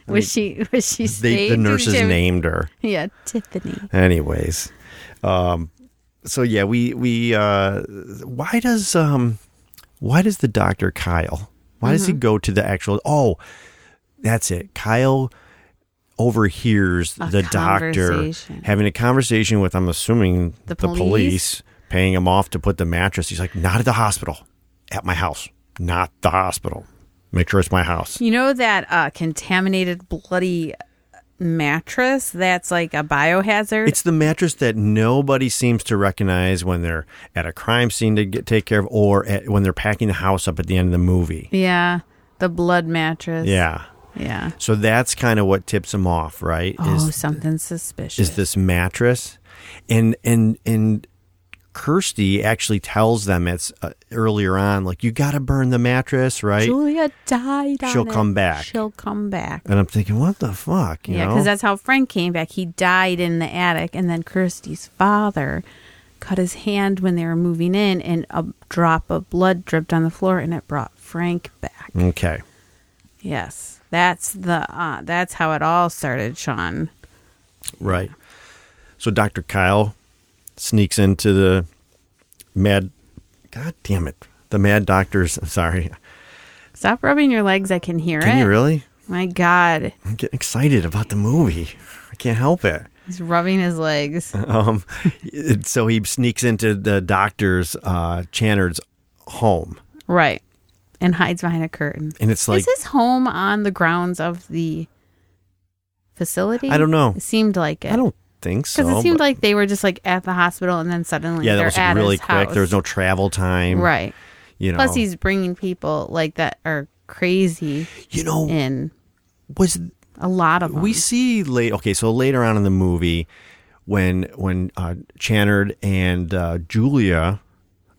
[SPEAKER 3] was she was she
[SPEAKER 2] They,
[SPEAKER 3] staged
[SPEAKER 2] the
[SPEAKER 3] as
[SPEAKER 2] nurses
[SPEAKER 3] Tiff-
[SPEAKER 2] named her.
[SPEAKER 3] Yeah, Tiffany.
[SPEAKER 2] Anyways, um, so yeah, we we uh, why does um, why does the doctor Kyle? Why does he
[SPEAKER 3] Mm-hmm.
[SPEAKER 2] go to the actual? Oh, that's it. Kyle overhears
[SPEAKER 3] A
[SPEAKER 2] the doctor
[SPEAKER 3] conversation.
[SPEAKER 2] having a conversation with. I'm assuming
[SPEAKER 3] The
[SPEAKER 2] the police paying him off to put the mattress. He's like, not at the hospital, at my house, not the hospital. Make sure it's my house.
[SPEAKER 3] You know that uh, contaminated bloody mattress that's like a biohazard.
[SPEAKER 2] It's the mattress that nobody seems to recognize when they're at a crime scene to get, take care of, or at, when they're packing the house up at the end of the movie.
[SPEAKER 3] yeah, the blood mattress.
[SPEAKER 2] Yeah,
[SPEAKER 3] yeah.
[SPEAKER 2] so that's kind of what tips him off, right?
[SPEAKER 3] Oh,
[SPEAKER 2] is
[SPEAKER 3] something suspicious.
[SPEAKER 2] is this mattress, and and and Kirsty actually tells them it's uh, earlier on, like you got to burn the mattress, right?
[SPEAKER 3] Julia died. on
[SPEAKER 2] She'll
[SPEAKER 3] it.
[SPEAKER 2] come back.
[SPEAKER 3] She'll come back.
[SPEAKER 2] And I'm thinking, what the fuck? You
[SPEAKER 3] Yeah,
[SPEAKER 2] know?
[SPEAKER 3] because that's how Frank came back. He died in the attic, and then Kirsty's father cut his hand when they were moving in, and a drop of blood dripped on the floor, and it brought Frank back.
[SPEAKER 2] okay.
[SPEAKER 3] Yes, that's the uh, that's how it all started, Sean.
[SPEAKER 2] Right. So Dr. Kyle sneaks into the mad. God damn it. The mad doctor's. (laughs) I'm sorry.
[SPEAKER 3] Stop rubbing your legs. I can hear
[SPEAKER 2] Can
[SPEAKER 3] it.
[SPEAKER 2] you really?
[SPEAKER 3] My God.
[SPEAKER 2] I'm getting excited about the movie. I can't help it. (laughs)
[SPEAKER 3] He's rubbing his legs.
[SPEAKER 2] Um, it- so he sneaks into the doctor's uh, Channard's home,
[SPEAKER 3] Right. And hides behind a curtain.
[SPEAKER 2] and it's like
[SPEAKER 3] Is his home on the grounds of the facility?
[SPEAKER 2] I don't know.
[SPEAKER 3] It seemed like it.
[SPEAKER 2] I don't think so.
[SPEAKER 3] Because it seemed
[SPEAKER 2] but-
[SPEAKER 3] like they were just like at the hospital and then suddenly
[SPEAKER 2] yeah, that
[SPEAKER 3] they're
[SPEAKER 2] was
[SPEAKER 3] at
[SPEAKER 2] really
[SPEAKER 3] his
[SPEAKER 2] quick.
[SPEAKER 3] house.
[SPEAKER 2] There was no travel time,
[SPEAKER 3] right.
[SPEAKER 2] You know,
[SPEAKER 3] Plus, he's bringing people like that are crazy
[SPEAKER 2] you know
[SPEAKER 3] in
[SPEAKER 2] was
[SPEAKER 3] a lot of them.
[SPEAKER 2] we see late. Okay, so later on in the movie, when when uh, Channard and uh, Julia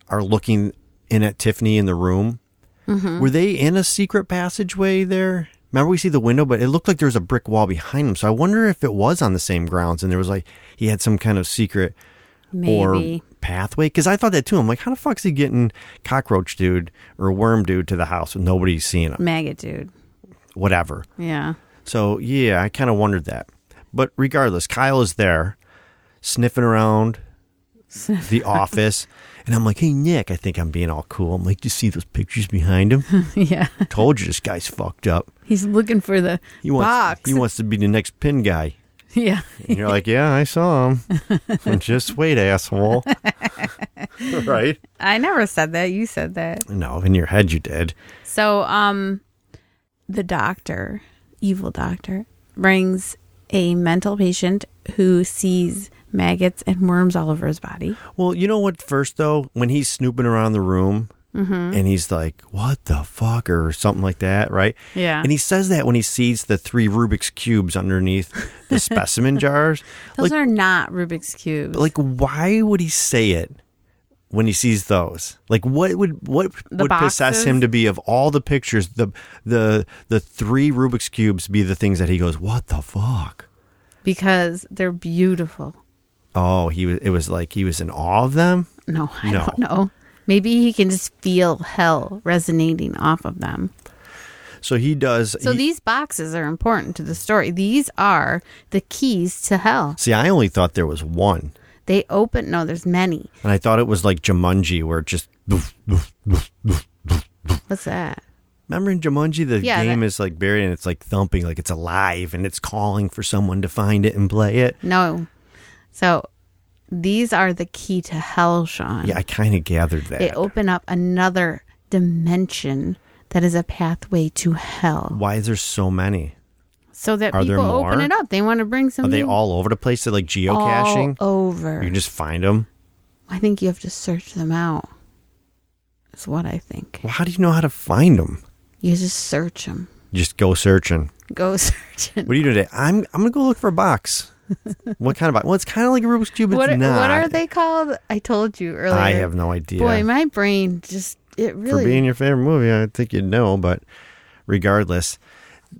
[SPEAKER 2] are looking in at Tiffany in the room, were they in a secret passageway there? Remember, we see the window, but it looked like there was a brick wall behind them. So I wonder if it was on the same grounds, and there was like he had some kind of secret
[SPEAKER 3] maybe.
[SPEAKER 2] or pathway. Because I thought that too. I'm like, how the fuck's he getting cockroach dude or worm dude to the house with nobody's seeing him?
[SPEAKER 3] Maggot dude.
[SPEAKER 2] Whatever.
[SPEAKER 3] Yeah. (laughs)
[SPEAKER 2] So yeah, I kind of wondered that. But regardless, Kyle is there sniffing around the office, and I'm like, "Hey Nick, I think I'm being all cool." I'm like, "Do you see those pictures behind him?
[SPEAKER 3] yeah.
[SPEAKER 2] Told you this guy's fucked up.
[SPEAKER 3] He's looking for the
[SPEAKER 2] He wants
[SPEAKER 3] box.
[SPEAKER 2] he wants to be the next pin guy."
[SPEAKER 3] (laughs) yeah.
[SPEAKER 2] And you're like, "Yeah, I saw him. Just wait, asshole." right?
[SPEAKER 3] I never said that. You said that.
[SPEAKER 2] No, in your head you did.
[SPEAKER 3] So, um, the doctor, evil doctor, brings a mental patient who sees maggots and worms all over his body.
[SPEAKER 2] Well, you know what? First, though, when he's snooping around the room and he's like, "What the fuck?" or something like that, right?
[SPEAKER 3] Yeah.
[SPEAKER 2] And he says that when he sees the three Rubik's cubes underneath
[SPEAKER 3] (laughs)
[SPEAKER 2] the specimen jars.
[SPEAKER 3] Those
[SPEAKER 2] like,
[SPEAKER 3] are not Rubik's cubes.
[SPEAKER 2] like, why would he say it when he sees those? Like, what would what
[SPEAKER 3] The
[SPEAKER 2] would possess
[SPEAKER 3] boxes?
[SPEAKER 2] him to be of all the pictures, the the the three Rubik's cubes be the things that he goes, "What the fuck."
[SPEAKER 3] because they're beautiful.
[SPEAKER 2] Oh, he was. It was like he was in awe of them.
[SPEAKER 3] No, I
[SPEAKER 2] No.
[SPEAKER 3] don't know. Maybe he can just feel hell resonating off of them.
[SPEAKER 2] So he does.
[SPEAKER 3] So
[SPEAKER 2] he-
[SPEAKER 3] these boxes are important to the story. These are the keys to hell.
[SPEAKER 2] see, I only thought there was one.
[SPEAKER 3] They open. No, there's many.
[SPEAKER 2] And I thought it was like Jumanji, where it just.
[SPEAKER 3] What's that?
[SPEAKER 2] Remember in Jumanji, the
[SPEAKER 3] Yeah,
[SPEAKER 2] game
[SPEAKER 3] that-
[SPEAKER 2] is like buried and it's like thumping, like it's alive and it's calling for someone to find it and play it.
[SPEAKER 3] No. So these are the key to hell, Sean.
[SPEAKER 2] Yeah, I kind of gathered that.
[SPEAKER 3] They open up another dimension that is a pathway to hell.
[SPEAKER 2] Why is there so many?
[SPEAKER 3] So that
[SPEAKER 2] Are there
[SPEAKER 3] people open
[SPEAKER 2] more?
[SPEAKER 3] it up. They want to bring
[SPEAKER 2] Are
[SPEAKER 3] something
[SPEAKER 2] they all over the place? They're like geocaching.
[SPEAKER 3] all over.
[SPEAKER 2] you can just find them.
[SPEAKER 3] I think you have to search them out. That's what I think.
[SPEAKER 2] Well, how do you know how to find them?
[SPEAKER 3] You just search them.
[SPEAKER 2] You just go searching.
[SPEAKER 3] Go (laughs) searching.
[SPEAKER 2] What do you do today? I'm I'm gonna go look for a
[SPEAKER 3] (laughs)
[SPEAKER 2] box. what kind of box? Well, it's kind of like a Rubik's cube. It's
[SPEAKER 3] What, are-
[SPEAKER 2] not.
[SPEAKER 3] what are they called? I told you earlier.
[SPEAKER 2] I have no idea.
[SPEAKER 3] Boy, my brain just it really
[SPEAKER 2] for being your favorite movie. I think you'd know, but regardless,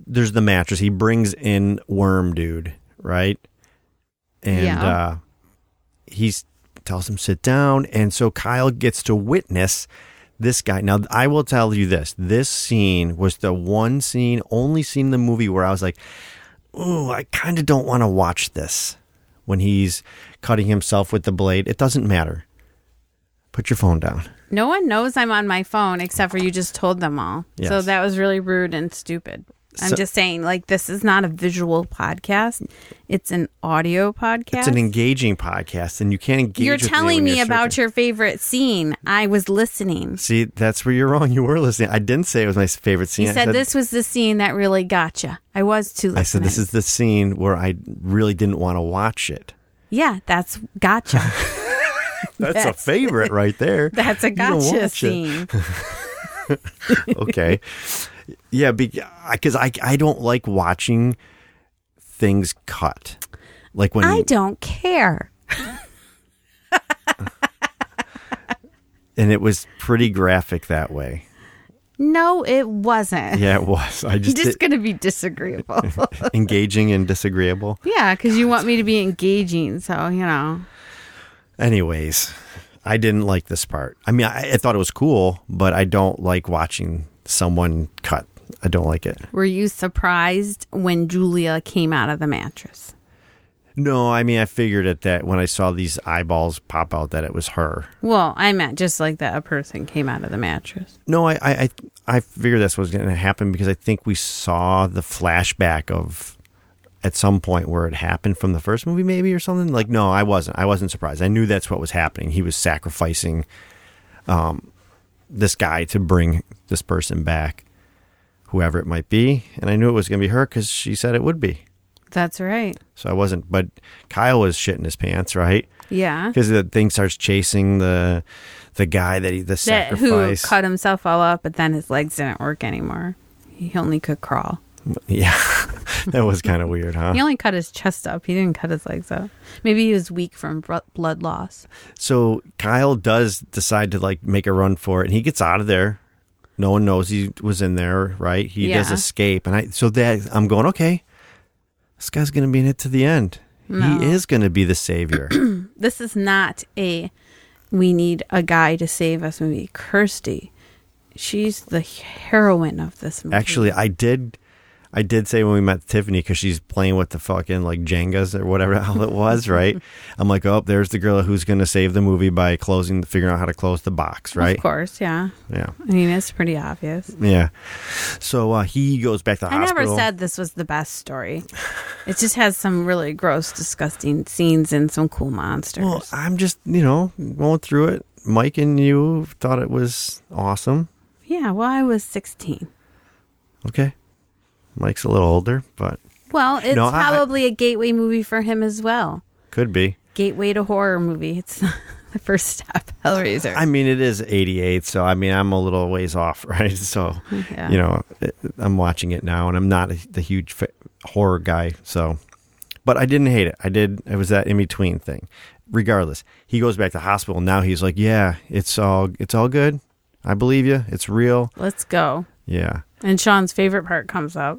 [SPEAKER 2] there's the mattress. He brings in Worm Dude, right? And
[SPEAKER 3] Yeah.
[SPEAKER 2] uh, he tells him sit down, and so Kyle gets to witness this guy. Now, I will tell you this: this scene was the one scene, only scene in the movie where I was like, "Ooh, I kind of don't want to watch this." When he's cutting himself with the blade, it doesn't matter. Put your phone down.
[SPEAKER 3] No one knows I'm on my phone except for you just told them all. So
[SPEAKER 2] Yes.
[SPEAKER 3] that was really rude and stupid. I'm
[SPEAKER 2] So-
[SPEAKER 3] just saying, like, this is not a visual podcast. It's an audio podcast.
[SPEAKER 2] It's an engaging podcast, and you can't engage.
[SPEAKER 3] you're
[SPEAKER 2] with me
[SPEAKER 3] telling
[SPEAKER 2] when
[SPEAKER 3] me
[SPEAKER 2] you're
[SPEAKER 3] about
[SPEAKER 2] searching.
[SPEAKER 3] your favorite scene. I was listening.
[SPEAKER 2] See, that's where you're wrong. (laughs) You were listening. I didn't say it was my favorite scene.
[SPEAKER 3] You said, this was the scene that really gotcha. I was too listening.
[SPEAKER 2] I said this is the scene where I really didn't want to watch it.
[SPEAKER 3] Yeah, that's gotcha.
[SPEAKER 2] (laughs) That's,
[SPEAKER 3] That's-
[SPEAKER 2] a
[SPEAKER 3] (laughs)
[SPEAKER 2] favorite right there.
[SPEAKER 3] That's a
[SPEAKER 2] You don't
[SPEAKER 3] gotcha
[SPEAKER 2] watch it.
[SPEAKER 3] scene.
[SPEAKER 2] okay. Yeah, because I I don't like watching things cut. Like when (laughs)
[SPEAKER 3] I don't care.
[SPEAKER 2] and it was pretty graphic that way.
[SPEAKER 3] No, it (laughs) wasn't.
[SPEAKER 2] Yeah, it was. I just,
[SPEAKER 3] just
[SPEAKER 2] did-
[SPEAKER 3] going to
[SPEAKER 2] (laughs)
[SPEAKER 3] be disagreeable.
[SPEAKER 2] engaging and disagreeable.
[SPEAKER 3] yeah, because you want me to be engaging. So, you know.
[SPEAKER 2] Anyways, I didn't like this part. I mean, I, I thought it was cool, but I don't like watching someone cut. I don't like it.
[SPEAKER 3] Were you surprised when Julia came out of the mattress?
[SPEAKER 2] No, I mean, I figured it that when I saw these eyeballs pop out that it was her.
[SPEAKER 3] Well, I meant just like that a person came out of the mattress.
[SPEAKER 2] No, I, I, I, I figured this was going to happen because I think we saw the flashback of at some point where it happened from the first movie, maybe or something. Like, no, I wasn't. I wasn't surprised. I knew that's what was happening. He was sacrificing um, this guy to bring this person back, whoever it might be, and I knew it was going to be her because she said it would be.
[SPEAKER 3] That's right.
[SPEAKER 2] So I wasn't. But Kyle was shitting his pants, right?
[SPEAKER 3] Yeah.
[SPEAKER 2] Because the thing starts chasing the the guy that he the
[SPEAKER 3] That who
[SPEAKER 2] sacrifice.
[SPEAKER 3] cut himself all up, but then his legs didn't work anymore. He only could crawl.
[SPEAKER 2] Yeah, (laughs) that was kind of weird, huh?
[SPEAKER 3] He only cut his chest up. He didn't cut his legs up. Maybe he was weak from bro- blood loss.
[SPEAKER 2] So Kyle does decide to like make a run for it, and he gets out of there. No one knows he was in there, right? He does
[SPEAKER 3] Yeah.
[SPEAKER 2] escape, and I so that I'm going okay. This guy's gonna be in it to the end. He is gonna be the
[SPEAKER 3] (clears throat)
[SPEAKER 2] savior.
[SPEAKER 3] This is not a we need a guy to save us movie. Kirsty, she's the heroine of this movie.
[SPEAKER 2] Actually, I did. I did say when we met Tiffany because she's playing with the fucking like Jengas or whatever (laughs) the hell it was,
[SPEAKER 3] (laughs)
[SPEAKER 2] right? I'm like, oh, there's the girl who's gonna save the movie by closing, figuring out how to close the box, right?
[SPEAKER 3] Of course, yeah.
[SPEAKER 2] Yeah,
[SPEAKER 3] I mean, it's pretty obvious.
[SPEAKER 2] yeah. So uh, he goes back to the
[SPEAKER 3] I never
[SPEAKER 2] hospital.
[SPEAKER 3] said this was the best story. It just has some really gross, disgusting scenes and some cool monsters.
[SPEAKER 2] Well, I'm just, you know, going through it. Mike and you thought it was awesome.
[SPEAKER 3] yeah, well, I was 16.
[SPEAKER 2] Okay. Mike's a little older, but
[SPEAKER 3] Well, it's
[SPEAKER 2] No, I-
[SPEAKER 3] probably a gateway movie for him as well.
[SPEAKER 2] could be.
[SPEAKER 3] Gateway to horror movie. It's (laughs) the first step, Hellraiser.
[SPEAKER 2] I mean, it is 88, so I mean, I'm a little ways off, (laughs) right? So,
[SPEAKER 3] Yeah.
[SPEAKER 2] you know, it- I'm watching it now and I'm not a, the huge fa- horror guy, so but I didn't hate it. I did it was that in between thing. Regardless, he goes back to hospital. Now he's like, "Yeah, it's all it's all good. I believe you. It's real."
[SPEAKER 3] Let's go.
[SPEAKER 2] Yeah.
[SPEAKER 3] And Sean's favorite part comes up.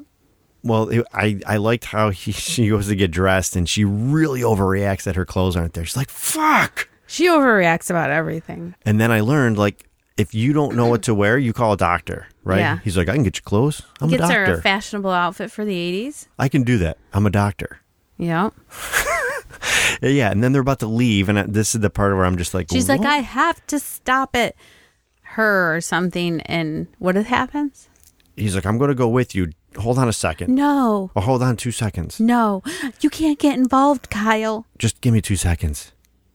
[SPEAKER 2] Well, it, I I liked how (laughs) he, she goes to get dressed and she really overreacts that her clothes aren't there. She's like, "Fuck!"
[SPEAKER 3] She overreacts about everything.
[SPEAKER 2] And then I learned like if you don't know what to wear, you call a doctor, right?
[SPEAKER 3] Yeah.
[SPEAKER 2] He's like, "I can get you clothes. I'm a
[SPEAKER 3] Gets
[SPEAKER 2] doctor.
[SPEAKER 3] her a fashionable outfit for the 80s.
[SPEAKER 2] I can do that. I'm a doctor." Uh,
[SPEAKER 3] Yeah.
[SPEAKER 2] Yeah, and then they're about to leave, and I, this is the part where I'm just like,
[SPEAKER 3] She's like,
[SPEAKER 2] "What?"
[SPEAKER 3] I have to stop it. Her or something. And what it happens?
[SPEAKER 2] He's like, "I'm going to go with you. Hold on a
[SPEAKER 3] Mm.
[SPEAKER 2] second.
[SPEAKER 3] No.
[SPEAKER 2] Or hold on two seconds.
[SPEAKER 3] No. You can't get involved, Kyle.
[SPEAKER 2] Just give me two seconds.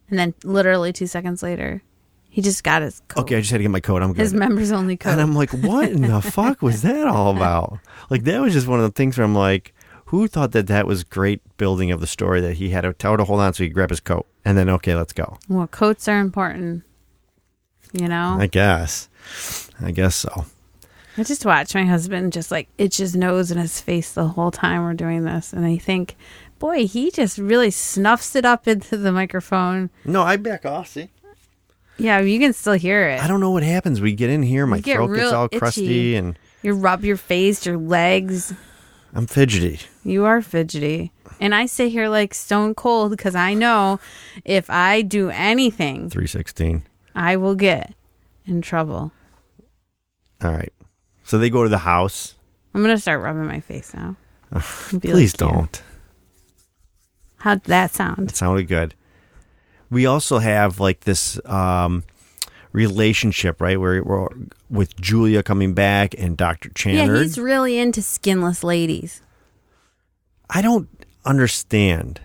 [SPEAKER 3] And then literally two seconds later, he just got his coat.
[SPEAKER 2] Okay, I just had to get my coat. I'm good."
[SPEAKER 3] Oh. His members only coat.
[SPEAKER 2] And I'm like, what in the fuck was that all about? Like, that was just one of the things where I'm like, who thought that that was great building of the story that he had a towel to hold on so he could grab his coat and then, okay, let's go?
[SPEAKER 3] Well, coats are important. You know,
[SPEAKER 2] I
[SPEAKER 3] I,
[SPEAKER 2] guess. I guess so.
[SPEAKER 3] just watch my husband just like itch his nose and his face the whole time we're doing this, and I think, boy, he just really snuffs it up into the microphone.
[SPEAKER 2] No, I back off. See?
[SPEAKER 3] Yeah, you can still hear it.
[SPEAKER 2] I don't know what happens. We get in here, my
[SPEAKER 3] You get
[SPEAKER 2] throat gets
[SPEAKER 3] real
[SPEAKER 2] all
[SPEAKER 3] itchy.
[SPEAKER 2] crusty, and
[SPEAKER 3] You rub your face, your legs.
[SPEAKER 2] I'm fidgety.
[SPEAKER 3] You are fidgety, and I sit here like stone cold because I know if I do anything,
[SPEAKER 2] 316.
[SPEAKER 3] I will get in trouble.
[SPEAKER 2] All right. So they go to the house.
[SPEAKER 3] I'm gonna start rubbing my face now. Be like,
[SPEAKER 2] Please
[SPEAKER 3] "Yeah."
[SPEAKER 2] don't.
[SPEAKER 3] How'd that sound?
[SPEAKER 2] It sounded good. We also have like this um, relationship, right? Where we're with Julia coming back and Dr.
[SPEAKER 3] Yeah,
[SPEAKER 2] Channard.
[SPEAKER 3] he's really into skinless ladies.
[SPEAKER 2] I don't understand.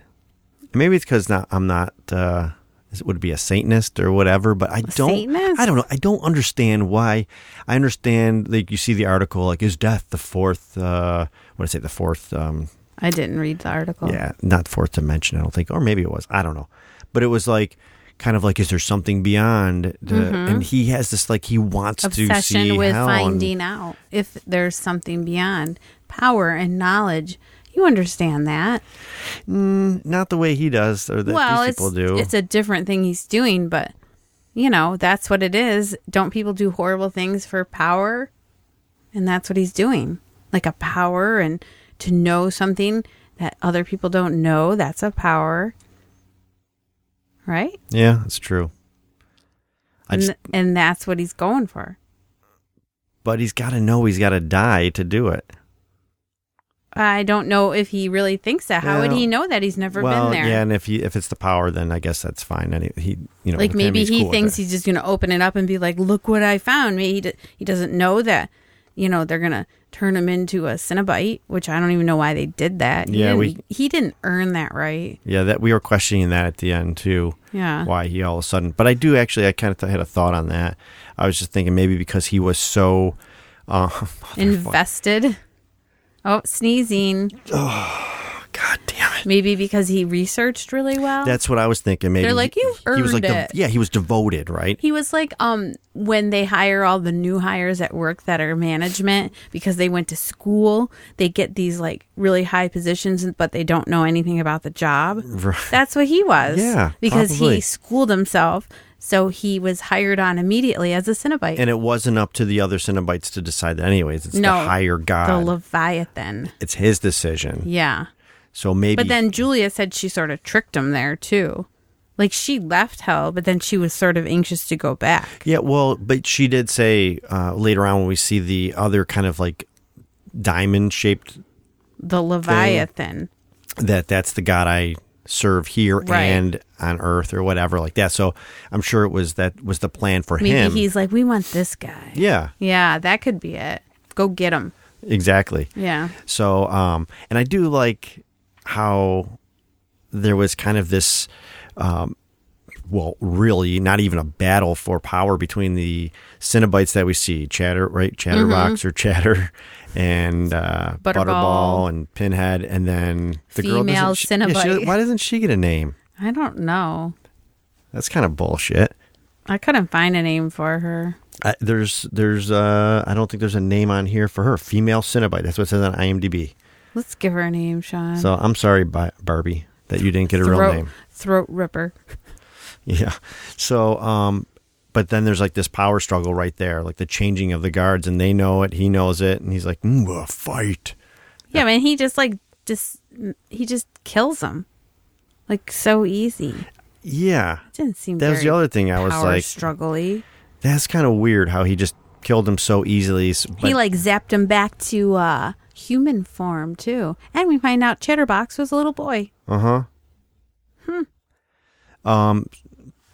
[SPEAKER 2] Maybe it's because not, I'm not. Uh, it would it be a Satanist or whatever, but I don't.
[SPEAKER 3] Satanist?
[SPEAKER 2] I don't know. I don't understand why. I understand. Like you see the article, like is death the fourth? Uh, what did I say? The fourth. Um,
[SPEAKER 3] I didn't read the article.
[SPEAKER 2] Yeah, not fourth dimension, I don't think, or maybe it was. I don't know, but it was like kind of like, is there something beyond? The, And he has this like he wants to see
[SPEAKER 3] Mm-hmm. Obsession with
[SPEAKER 2] hell and-
[SPEAKER 3] finding out if there's something beyond power and knowledge. You understand that.
[SPEAKER 2] not the way he does or that
[SPEAKER 3] well,
[SPEAKER 2] these
[SPEAKER 3] it's,
[SPEAKER 2] people do.
[SPEAKER 3] it's a different thing he's doing, but you know, that's what it is. Don't people do horrible things for power? And that's what he's doing. Like a power and to know something that other people don't know, that's a power. Right?
[SPEAKER 2] yeah, it's true. I
[SPEAKER 3] and,
[SPEAKER 2] just,
[SPEAKER 3] and that's what he's going for.
[SPEAKER 2] but he's got to know he's got to die to do it.
[SPEAKER 3] I don't know if he really thinks that. How would
[SPEAKER 2] Well-
[SPEAKER 3] he know that? He's never
[SPEAKER 2] well,
[SPEAKER 3] been there.
[SPEAKER 2] yeah, and if he if it's the power, then I guess that's fine. And he, he you know,
[SPEAKER 3] like
[SPEAKER 2] with him,
[SPEAKER 3] maybe
[SPEAKER 2] he's
[SPEAKER 3] he
[SPEAKER 2] cool with
[SPEAKER 3] thinks
[SPEAKER 2] it.
[SPEAKER 3] he's just going to open it up and be like, "Look what I found." Maybe he, d- he doesn't know that you know they're going to turn him into a Cinnabite, which I don't even know why they did that. He
[SPEAKER 2] Yeah,
[SPEAKER 3] didn't-
[SPEAKER 2] we-
[SPEAKER 3] he didn't earn that right.
[SPEAKER 2] Yeah, that we were questioning that at the end too.
[SPEAKER 3] Yeah.
[SPEAKER 2] why he all of a sudden. But I do actually, I kind of had a thought on that. I was just thinking maybe because he was so. Uh, (laughs)
[SPEAKER 3] Invested. Oh, sneezing.
[SPEAKER 2] God damn it!
[SPEAKER 3] Maybe because he researched really well.
[SPEAKER 2] That's what I was thinking. Maybe
[SPEAKER 3] They're like,
[SPEAKER 2] he-
[SPEAKER 3] "You
[SPEAKER 2] he was like,
[SPEAKER 3] earned
[SPEAKER 2] de-
[SPEAKER 3] it."
[SPEAKER 2] yeah, he was devoted, right?
[SPEAKER 3] He was like, um, when they hire all the new hires at work that are management because they went to school, they get these like really high positions, but they don't know anything about the job. That's what he was.
[SPEAKER 2] Yeah,
[SPEAKER 3] Because
[SPEAKER 2] probably.
[SPEAKER 3] he schooled himself. So he was hired on immediately as a Cinnabite.
[SPEAKER 2] and it wasn't up to the other Cenobites to decide that, anyways. It's
[SPEAKER 3] No,
[SPEAKER 2] the higher
[SPEAKER 3] the
[SPEAKER 2] god.
[SPEAKER 3] Leviathan.
[SPEAKER 2] it's his decision.
[SPEAKER 3] Yeah.
[SPEAKER 2] So maybe.
[SPEAKER 3] But then Julia said she sort of tricked him there too. Like she left hell, but then she was sort of anxious to go back.
[SPEAKER 2] Yeah, well, but she did say uh, later on when we see the other kind of like diamond shaped
[SPEAKER 3] The Leviathan.
[SPEAKER 2] that that's the God I serve here
[SPEAKER 3] Right.
[SPEAKER 2] and on earth or whatever like that. So I'm sure it was that was the plan for
[SPEAKER 3] Maybe
[SPEAKER 2] him.
[SPEAKER 3] he's like, we want this guy.
[SPEAKER 2] yeah,
[SPEAKER 3] Yeah, that could be it. Go get him.
[SPEAKER 2] exactly.
[SPEAKER 3] Yeah.
[SPEAKER 2] So um and I do like how there was kind of this um well, really not even a battle for power between the Cenobites that we see, Chatter right, Chatterbox or Chatter and uh
[SPEAKER 3] Mm-hmm. Butterball.
[SPEAKER 2] Butterball, and Pinhead and then the girl
[SPEAKER 3] Female
[SPEAKER 2] doesn't- she- yeah, she-
[SPEAKER 3] Cenobite.
[SPEAKER 2] why doesn't she get a name?
[SPEAKER 3] I don't know.
[SPEAKER 2] That's kind of bullshit.
[SPEAKER 3] I couldn't find a name for her.
[SPEAKER 2] I, there's there's uh I don't think there's a name on here for her. Female Cenobite. That's what it says on IMDb.
[SPEAKER 3] Let's give her a name, Sean.
[SPEAKER 2] So I'm sorry, Bar- Barbie, that you didn't get a real
[SPEAKER 3] throat,
[SPEAKER 2] name. (laughs)
[SPEAKER 3] throat ripper.
[SPEAKER 2] Yeah. So um, but then there's like this power struggle right there, like the changing of the guards, and they know it, he knows it, and he's like, mm, a fight.
[SPEAKER 3] Yeah, man, he just like just he just kills him. Like so easy.
[SPEAKER 2] Yeah.
[SPEAKER 3] Didn't seem
[SPEAKER 2] That was
[SPEAKER 3] very
[SPEAKER 2] the other thing I was
[SPEAKER 3] power
[SPEAKER 2] like-
[SPEAKER 3] struggly.
[SPEAKER 2] That's kind of weird how he just killed him so easily. s- But,
[SPEAKER 3] he like zapped him back to uh human form too. And we find out Chatterbox was a little boy.
[SPEAKER 2] Uh huh. Hmm. Um,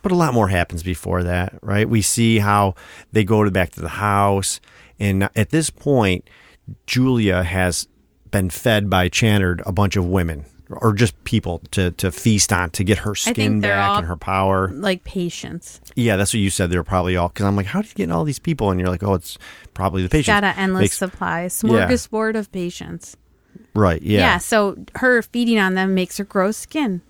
[SPEAKER 2] but a lot more happens before that, right? We see how they go to back to the house, and at this point, Julia has been fed by Channard a bunch of women or just people to to feast on to get her skin
[SPEAKER 3] think they're
[SPEAKER 2] back
[SPEAKER 3] all-
[SPEAKER 2] and her power.
[SPEAKER 3] Like patience.
[SPEAKER 2] Yeah, that's what you said. They're probably all because I'm like, how do you get all these people? And you're like, oh, it's probably the patient.
[SPEAKER 3] Got an endless
[SPEAKER 2] Makes-
[SPEAKER 3] supply. Smorgasbord of patience.
[SPEAKER 2] right?
[SPEAKER 3] Yeah.
[SPEAKER 2] Yeah.
[SPEAKER 3] so her feeding on them makes her grow skin.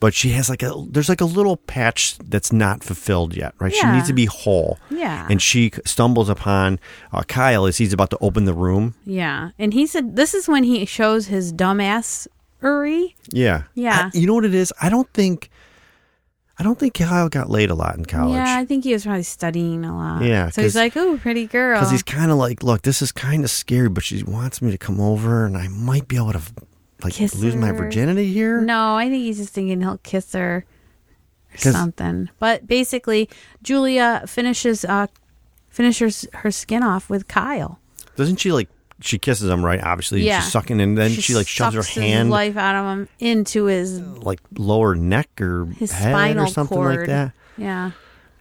[SPEAKER 2] but she has like a there's like a little patch that's not fulfilled yet right she
[SPEAKER 3] Yeah.
[SPEAKER 2] needs to be whole
[SPEAKER 3] Yeah.
[SPEAKER 2] and she stumbles upon uh, kyle as he's about to open the room
[SPEAKER 3] Yeah. And he said this is when he shows his dumbassery.
[SPEAKER 2] yeah
[SPEAKER 3] Yeah.
[SPEAKER 2] I- you know what it is i don't think i don't think kyle got laid a lot in college
[SPEAKER 3] Yeah, I think he was probably studying a lot.
[SPEAKER 2] Yeah,
[SPEAKER 3] So he's
[SPEAKER 2] 'cause-
[SPEAKER 3] like, "Ooh, pretty girl."
[SPEAKER 2] because he's kind of like look this is kind of scary but she wants me to come over and i might be able to like
[SPEAKER 3] Kiss
[SPEAKER 2] lose my
[SPEAKER 3] her.
[SPEAKER 2] virginity here
[SPEAKER 3] No, I think he's just thinking he'll kiss her or
[SPEAKER 2] 'Cause-
[SPEAKER 3] something. But basically, Julia finishes uh finishes her skin off with Kyle.
[SPEAKER 2] doesn't she like she kisses him right obviously and
[SPEAKER 3] Yeah.
[SPEAKER 2] she's sucking and then she, like shoves her
[SPEAKER 3] sucks his
[SPEAKER 2] hand
[SPEAKER 3] life out of him into his
[SPEAKER 2] like lower neck or
[SPEAKER 3] his
[SPEAKER 2] head
[SPEAKER 3] spinal
[SPEAKER 2] or something
[SPEAKER 3] cord.
[SPEAKER 2] like that
[SPEAKER 3] Yeah,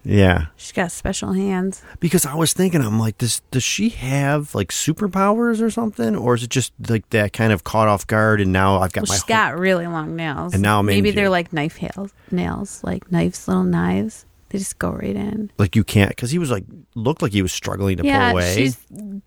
[SPEAKER 2] yeah
[SPEAKER 3] she's got special hands.
[SPEAKER 2] because I was thinking, I'm like, does does she have like superpowers or something, or is it just like that kind of caught off guard? And now I've got
[SPEAKER 3] Well,
[SPEAKER 2] my
[SPEAKER 3] she's
[SPEAKER 2] whole-
[SPEAKER 3] got really long nails.
[SPEAKER 2] And now I'm
[SPEAKER 3] maybe
[SPEAKER 2] injured.
[SPEAKER 3] they're like knife nails, nails like knives, little knives. They just go right in.
[SPEAKER 2] like you can't because he was like looked like he was struggling to pull
[SPEAKER 3] Yeah,
[SPEAKER 2] away,
[SPEAKER 3] she's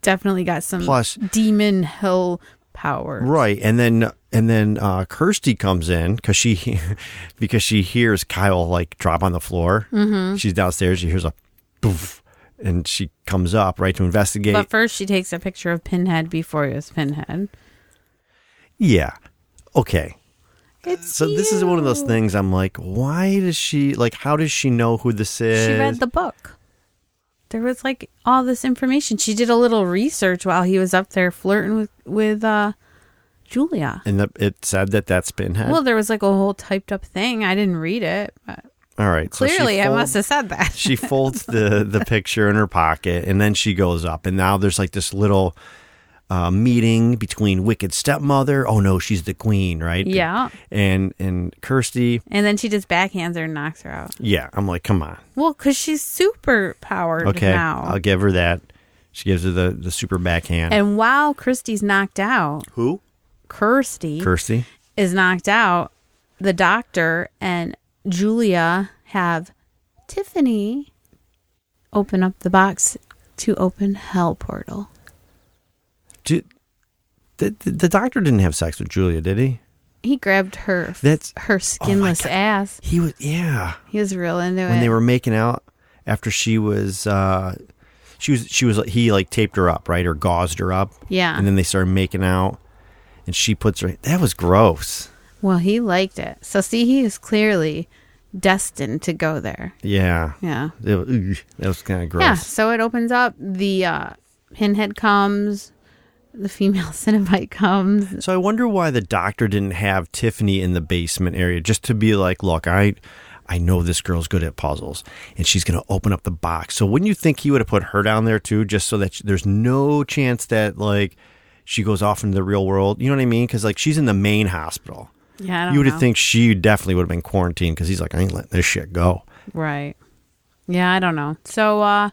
[SPEAKER 3] definitely got some
[SPEAKER 2] Plus-
[SPEAKER 3] demon hill power.
[SPEAKER 2] right? And then and then uh, Kirsty comes in because she (laughs) because she hears Kyle like drop on the floor. Mm-hmm. She's downstairs. She hears a poof, and she comes up right to investigate.
[SPEAKER 3] But first, she takes a picture of Pinhead before he was Pinhead.
[SPEAKER 2] yeah, okay.
[SPEAKER 3] It's
[SPEAKER 2] So this is one of those things. I'm like, why does she like? How does she know who this is?
[SPEAKER 3] She read the book. There was like all this information. She did a little research while he was up there flirting with with uh, Julia.
[SPEAKER 2] And the, it said that that's Pinhead.
[SPEAKER 3] Well, there was like a whole typed up thing. I didn't read it. But
[SPEAKER 2] All right. so she
[SPEAKER 3] clearly, I
[SPEAKER 2] fold-
[SPEAKER 3] must have said that.
[SPEAKER 2] (laughs) she folds the
[SPEAKER 3] (laughs)
[SPEAKER 2] the picture in her pocket, and then she goes up, and now there's like this little uh, meeting between Wicked stepmother. Oh no, she's the queen, right?
[SPEAKER 3] Yeah.
[SPEAKER 2] And and Kirsty.
[SPEAKER 3] and then she just backhands her and knocks her out.
[SPEAKER 2] Yeah, I'm like, come on.
[SPEAKER 3] Well, because she's super powered
[SPEAKER 2] Okay,
[SPEAKER 3] now.
[SPEAKER 2] I'll give her that. She gives her the, the super backhand.
[SPEAKER 3] And while Christie's knocked out,
[SPEAKER 2] Who?
[SPEAKER 3] Kirsty
[SPEAKER 2] Kirsty.
[SPEAKER 3] is knocked out. The doctor and Julia have Tiffany open up the box to open Hell Portal.
[SPEAKER 2] Did, the, the, the doctor didn't have sex with Julia, did he?
[SPEAKER 3] He grabbed her
[SPEAKER 2] That's
[SPEAKER 3] her skinless
[SPEAKER 2] Oh God.
[SPEAKER 3] ass.
[SPEAKER 2] he was yeah.
[SPEAKER 3] He was real into it.
[SPEAKER 2] When they were making out after she was uh she was she was he like taped her up, right? Or gauzed her up.
[SPEAKER 3] Yeah.
[SPEAKER 2] And then they started making out and she puts her that was gross.
[SPEAKER 3] well, he liked it. So see, he is clearly destined to go there.
[SPEAKER 2] Yeah.
[SPEAKER 3] Yeah.
[SPEAKER 2] It was- ugh, that was kind of gross.
[SPEAKER 3] Yeah, so it opens up. The uh, pinhead comes. The female (laughs) Cinnabite comes.
[SPEAKER 2] So I wonder why the doctor didn't have Tiffany in the basement area just to be like, look, I I know this girl's good at puzzles and she's going to open up the box. So wouldn't you think he would have put her down there too just so that sh there's no chance that like she goes off into the real world? You know what I mean? Cuz like she's in the main hospital.
[SPEAKER 3] Yeah, I don't
[SPEAKER 2] You would
[SPEAKER 3] know.
[SPEAKER 2] have think she definitely would have been quarantined cuz he's like, I ain't letting this shit go.
[SPEAKER 3] right. Yeah, I don't know. So, uh,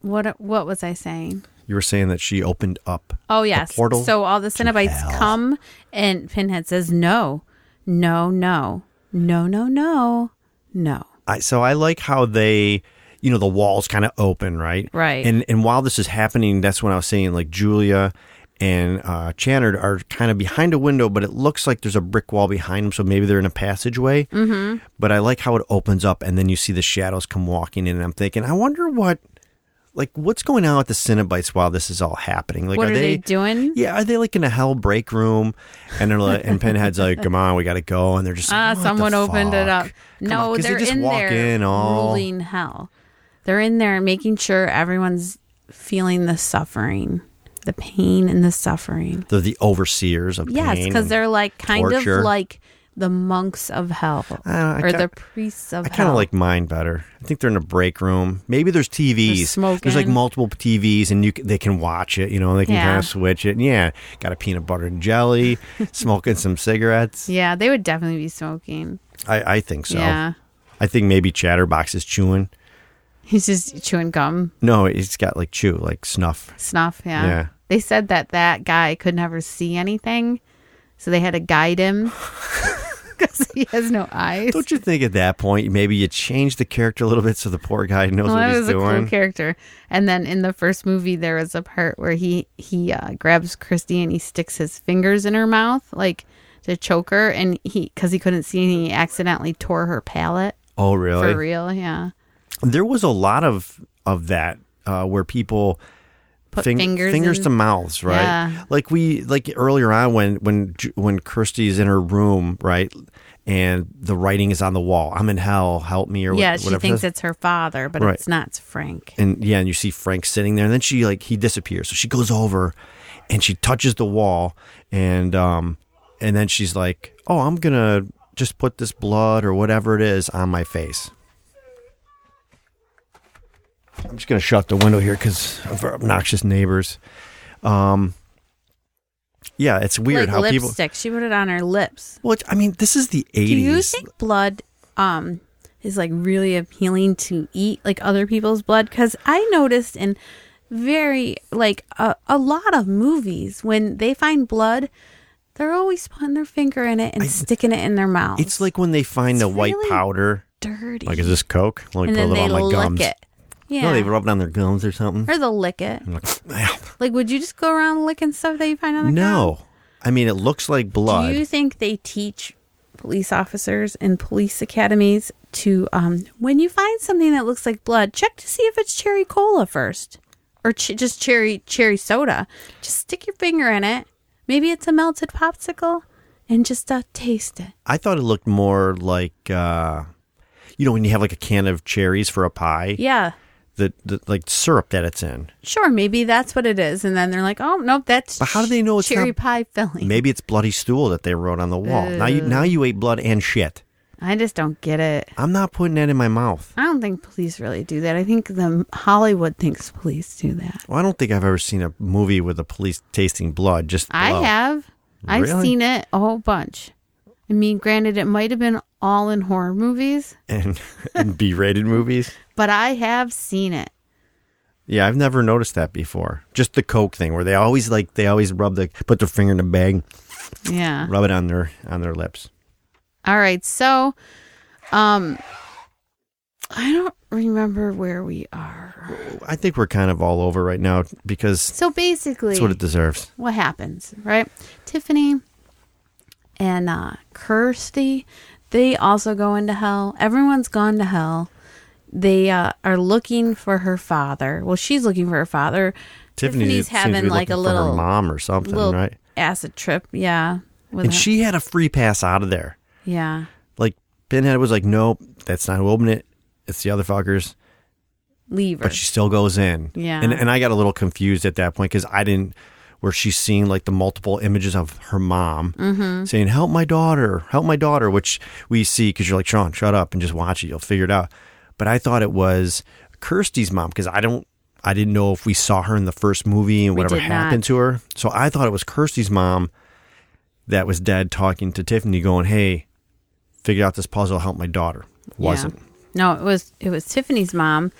[SPEAKER 3] what what was I saying?
[SPEAKER 2] You were saying that she opened up
[SPEAKER 3] Oh yes.
[SPEAKER 2] portal
[SPEAKER 3] so all the Cinnabites
[SPEAKER 2] hell.
[SPEAKER 3] come, and Pinhead says, "No, no, no, no, no, no, no."
[SPEAKER 2] I, so I like how they, you know, the walls kind of open, right?
[SPEAKER 3] Right.
[SPEAKER 2] And and while this is happening, that's when I was saying like Julia and uh, Channard are kind of behind a window, but it looks like there's a brick wall behind them, so maybe they're in a passageway. Mm-hmm. But I like how it opens up, and then you see the shadows come walking in, and I'm thinking, I wonder what. Like what's going on with the Cinnabites while this is all happening? Like
[SPEAKER 3] what are they, doing?
[SPEAKER 2] Yeah, are they like in a hell break room? And they're like, and Pinhead's like, "Come on, we got to go." And they're just
[SPEAKER 3] Ah,
[SPEAKER 2] like, "What the
[SPEAKER 3] someone opened it up.
[SPEAKER 2] fuck?" Come on,
[SPEAKER 3] No,
[SPEAKER 2] 'cause
[SPEAKER 3] they're
[SPEAKER 2] they just
[SPEAKER 3] in
[SPEAKER 2] walk
[SPEAKER 3] there
[SPEAKER 2] in all
[SPEAKER 3] ruling hell. They're in there making sure everyone's feeling the suffering, the pain and the suffering.
[SPEAKER 2] They're the overseers of
[SPEAKER 3] Yes,
[SPEAKER 2] pain
[SPEAKER 3] because
[SPEAKER 2] and-
[SPEAKER 3] they're like kind
[SPEAKER 2] torture.
[SPEAKER 3] of like the monks of hell
[SPEAKER 2] I
[SPEAKER 3] or
[SPEAKER 2] ca-
[SPEAKER 3] the priests of
[SPEAKER 2] I
[SPEAKER 3] hell.
[SPEAKER 2] kind of like mine better. I think they're in a break room. Maybe there's TVs. There's like
[SPEAKER 3] smoking.
[SPEAKER 2] multiple TVs, and you c- they can watch it. You know, they can
[SPEAKER 3] Yeah.
[SPEAKER 2] kind of switch it. And yeah, got a peanut butter and
[SPEAKER 3] (laughs)
[SPEAKER 2] jelly, smoking some cigarettes.
[SPEAKER 3] Yeah, they would definitely be smoking.
[SPEAKER 2] I, I think so.
[SPEAKER 3] Yeah.
[SPEAKER 2] I think maybe Chatterbox is chewing.
[SPEAKER 3] He's just chewing gum,
[SPEAKER 2] No, he's got like chew, like snuff.
[SPEAKER 3] snuff. Yeah.
[SPEAKER 2] Yeah.
[SPEAKER 3] They said that that guy could never see anything, so they had to guide him (laughs) because he has no eyes.
[SPEAKER 2] Don't you think at that point maybe you change the character a little bit so the poor guy knows
[SPEAKER 3] Well,
[SPEAKER 2] what
[SPEAKER 3] that
[SPEAKER 2] he's
[SPEAKER 3] Oh, was a
[SPEAKER 2] doing?
[SPEAKER 3] cool character. And then in the first movie, there was a part where he he uh, grabs Christy and he sticks his fingers in her mouth, like to choke her, and he because he couldn't see anything, he accidentally tore her palate
[SPEAKER 2] oh, really?
[SPEAKER 3] for real. Yeah,
[SPEAKER 2] There was a lot of of that uh, where people
[SPEAKER 3] put
[SPEAKER 2] Fing-
[SPEAKER 3] fingers in-
[SPEAKER 2] to mouths, right?
[SPEAKER 3] Yeah.
[SPEAKER 2] Like we like earlier on when when Ju- when Kirsty's in her room, right, and the writing is on the wall. I'm in hell, help me, or wha-
[SPEAKER 3] Yeah, she
[SPEAKER 2] whatever.
[SPEAKER 3] thinks
[SPEAKER 2] it is.
[SPEAKER 3] it's her father, but
[SPEAKER 2] Right.
[SPEAKER 3] it's not. It's Frank.
[SPEAKER 2] and yeah, and you see Frank sitting there, and then she like he disappears. So she goes over, and she touches the wall, and um, and then she's like, "Oh, I'm gonna just put this blood or whatever it is on my face." I'm just gonna shut the window here because of our obnoxious neighbors. Um, yeah, it's weird
[SPEAKER 3] like
[SPEAKER 2] how people.
[SPEAKER 3] lipstick. She put it on her lips.
[SPEAKER 2] Well, I mean, this is the '80s.
[SPEAKER 3] Do you think blood um is like really appealing to eat like other people's blood cuz I noticed in very like a, a lot of movies when they find blood they're always putting their finger in it and sticking it in their mouth.
[SPEAKER 2] it's like when they find
[SPEAKER 3] It's
[SPEAKER 2] the white
[SPEAKER 3] really
[SPEAKER 2] powder.
[SPEAKER 3] dirty.
[SPEAKER 2] Like, is this coke? Let me put
[SPEAKER 3] and then
[SPEAKER 2] it
[SPEAKER 3] they
[SPEAKER 2] on my
[SPEAKER 3] lick
[SPEAKER 2] gums.
[SPEAKER 3] it. Yeah. Oh
[SPEAKER 2] No, they rub it on their gums or something.
[SPEAKER 3] or they'll lick it. (laughs)
[SPEAKER 2] I'm like,
[SPEAKER 3] Like would you just go around licking stuff that you find on the ground?
[SPEAKER 2] no. I mean, it looks like blood.
[SPEAKER 3] Do you think they teach police officers in police academies to, um, when you find something that looks like blood, check to see if it's cherry cola first, or ch- just cherry cherry soda? Just stick your finger in it. Maybe it's a melted popsicle, and just uh, taste it.
[SPEAKER 2] I thought it looked more like, uh, you know, when you have like a can of cherries for a pie,
[SPEAKER 3] Yeah,
[SPEAKER 2] the, the like syrup that it's in.
[SPEAKER 3] sure. Maybe that's what it is, and then they're like, oh nope, that's.
[SPEAKER 2] But how do they know it's
[SPEAKER 3] cherry
[SPEAKER 2] not-
[SPEAKER 3] pie filling?
[SPEAKER 2] Maybe it's bloody stool that they wrote on the wall. Now you now you ate blood and shit.
[SPEAKER 3] I just don't get it.
[SPEAKER 2] I'm not putting that in my mouth.
[SPEAKER 3] I don't think police really do that. I think the Hollywood thinks police do that.
[SPEAKER 2] Well, I don't think I've ever seen a movie with the police tasting blood. Just
[SPEAKER 3] I
[SPEAKER 2] blood. (laughs)
[SPEAKER 3] have. I've
[SPEAKER 2] Really?
[SPEAKER 3] seen it a whole bunch. I mean, granted, it might have been all in horror movies,
[SPEAKER 2] and, and B-rated movies.
[SPEAKER 3] but I have seen it.
[SPEAKER 2] Yeah, I've never noticed that before. Just the Coke thing, where they always like they always rub the put their finger in the bag,
[SPEAKER 3] Yeah.
[SPEAKER 2] rub it on their on their lips.
[SPEAKER 3] All right. So, um, I don't remember where we are.
[SPEAKER 2] I think we're kind of all over right now because
[SPEAKER 3] So basically,
[SPEAKER 2] that's what it deserves.
[SPEAKER 3] what happens, right? Tiffany and uh, Kirsty, they also go into hell. Everyone's gone to hell. They uh, are looking for her father. Well, she's looking for her father.
[SPEAKER 2] Tiffany seems
[SPEAKER 3] Tiffany's
[SPEAKER 2] to be
[SPEAKER 3] having like a
[SPEAKER 2] looking for her
[SPEAKER 3] little,
[SPEAKER 2] mom or something,
[SPEAKER 3] little
[SPEAKER 2] right?
[SPEAKER 3] acid trip. Yeah. With
[SPEAKER 2] And
[SPEAKER 3] her-
[SPEAKER 2] she had a free pass out of there.
[SPEAKER 3] yeah.
[SPEAKER 2] Like Pinhead was like, "Nope, that's not who opened it. It's the other fuckers."
[SPEAKER 3] Leave her.
[SPEAKER 2] But she still goes in.
[SPEAKER 3] Yeah.
[SPEAKER 2] And and I got a little confused at that point because I didn't where she's seeing like the multiple images of her mom
[SPEAKER 3] Mm-hmm.
[SPEAKER 2] saying, "Help my daughter, help my daughter," which we see because you're like, "Sean, shut up and just watch it. You'll figure it out." But I thought it was Kirsty's mom because I don't. I didn't know if we saw her in the first movie and
[SPEAKER 3] We
[SPEAKER 2] whatever
[SPEAKER 3] did not.
[SPEAKER 2] happened to her. So I thought it was Kirsty's mom that was dead talking to Tiffany, going, Hey, figure out this puzzle, help my daughter. Wasn't.
[SPEAKER 3] Yeah. No, it was it was Tiffany's mom,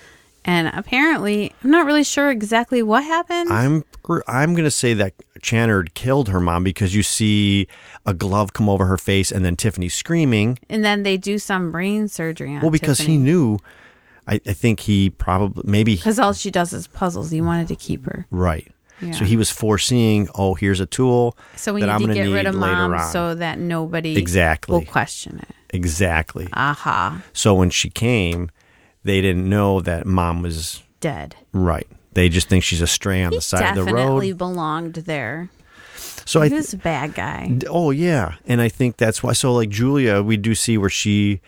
[SPEAKER 3] and apparently I'm not really sure exactly what happened.
[SPEAKER 2] I'm I'm gonna say that Channard killed her mom because you see a glove come over her face and then Tiffany screaming.
[SPEAKER 3] and then they do some brain surgery on
[SPEAKER 2] well, because he knew. I, I think he probably maybe he-
[SPEAKER 3] because all she does is puzzles. He wanted to keep her,
[SPEAKER 2] right. So
[SPEAKER 3] Yeah.
[SPEAKER 2] he was foreseeing. Oh, here's a tool.
[SPEAKER 3] so we
[SPEAKER 2] that
[SPEAKER 3] need
[SPEAKER 2] I'm
[SPEAKER 3] to
[SPEAKER 2] gonna
[SPEAKER 3] get rid
[SPEAKER 2] need
[SPEAKER 3] of
[SPEAKER 2] later
[SPEAKER 3] mom
[SPEAKER 2] on.
[SPEAKER 3] so that nobody
[SPEAKER 2] Exactly.
[SPEAKER 3] will question it.
[SPEAKER 2] exactly.
[SPEAKER 3] Aha,
[SPEAKER 2] So when she came, they didn't know that mom was
[SPEAKER 3] dead.
[SPEAKER 2] right. They just think she's a stray on the side of the
[SPEAKER 3] Definitely
[SPEAKER 2] road.
[SPEAKER 3] belonged there.
[SPEAKER 2] So I
[SPEAKER 3] He
[SPEAKER 2] th-
[SPEAKER 3] was a bad guy.
[SPEAKER 2] D- Oh yeah, and I think that's why. So like Julia, we do see where she,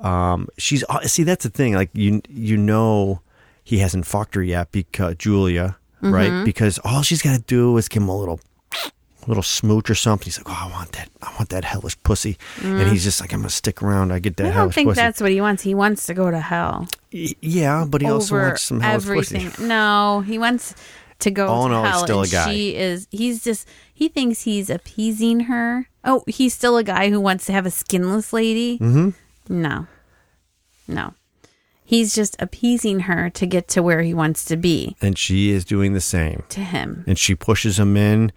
[SPEAKER 2] um, she's uh, see that's the thing. Like you, you know, he hasn't fucked her yet because Julia,
[SPEAKER 3] Mm-hmm.
[SPEAKER 2] right? Because all she's got to do is give him a little, little smooch or something. He's like, oh, I want that, I want that hellish pussy, and he's just like, I'm gonna stick around. I get that
[SPEAKER 3] Mm. I don't
[SPEAKER 2] hellish
[SPEAKER 3] think
[SPEAKER 2] pussy.
[SPEAKER 3] that's what he wants. He wants to go to hell
[SPEAKER 2] Y- yeah, but he also
[SPEAKER 3] over
[SPEAKER 2] wants some hellish
[SPEAKER 3] everything.
[SPEAKER 2] pussy.
[SPEAKER 3] No, he wants to go
[SPEAKER 2] All in
[SPEAKER 3] to
[SPEAKER 2] all, he's
[SPEAKER 3] hell.
[SPEAKER 2] still
[SPEAKER 3] and
[SPEAKER 2] a guy.
[SPEAKER 3] She is. He's just. He thinks he's appeasing her. Oh, he's still a guy who wants to have a skinless lady. Mm-hmm. No, no, he's just appeasing her to get to where he wants to be
[SPEAKER 2] And she is doing the same,
[SPEAKER 3] to him.
[SPEAKER 2] and she pushes him in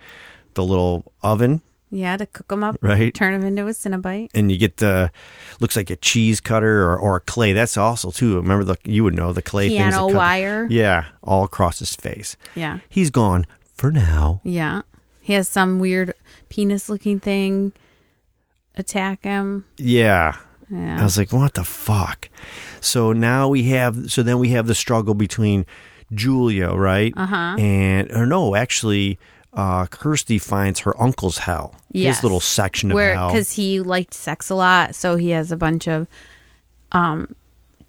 [SPEAKER 2] the little oven.
[SPEAKER 3] Yeah, to cook him up,
[SPEAKER 2] Right.
[SPEAKER 3] Turn him into a cinnabite.
[SPEAKER 2] and you get the looks like a cheese cutter or, or a clay. That's also too. Remember the you would know the clay things that
[SPEAKER 3] Piano
[SPEAKER 2] cut the-
[SPEAKER 3] wire.
[SPEAKER 2] yeah, all across his face.
[SPEAKER 3] Yeah,
[SPEAKER 2] He's gone for now.
[SPEAKER 3] yeah. He has some weird penis-looking thing attack him.
[SPEAKER 2] Yeah.
[SPEAKER 3] Yeah.
[SPEAKER 2] I was like, what the fuck? So now we have. So then we have the struggle between Julia, right? Uh huh.
[SPEAKER 3] Uh-huh.
[SPEAKER 2] And or no, actually. Uh, Kirsty finds her uncle's hell,
[SPEAKER 3] Yes.
[SPEAKER 2] his little section of
[SPEAKER 3] where
[SPEAKER 2] hell.
[SPEAKER 3] because he liked sex a lot, so he has a bunch of um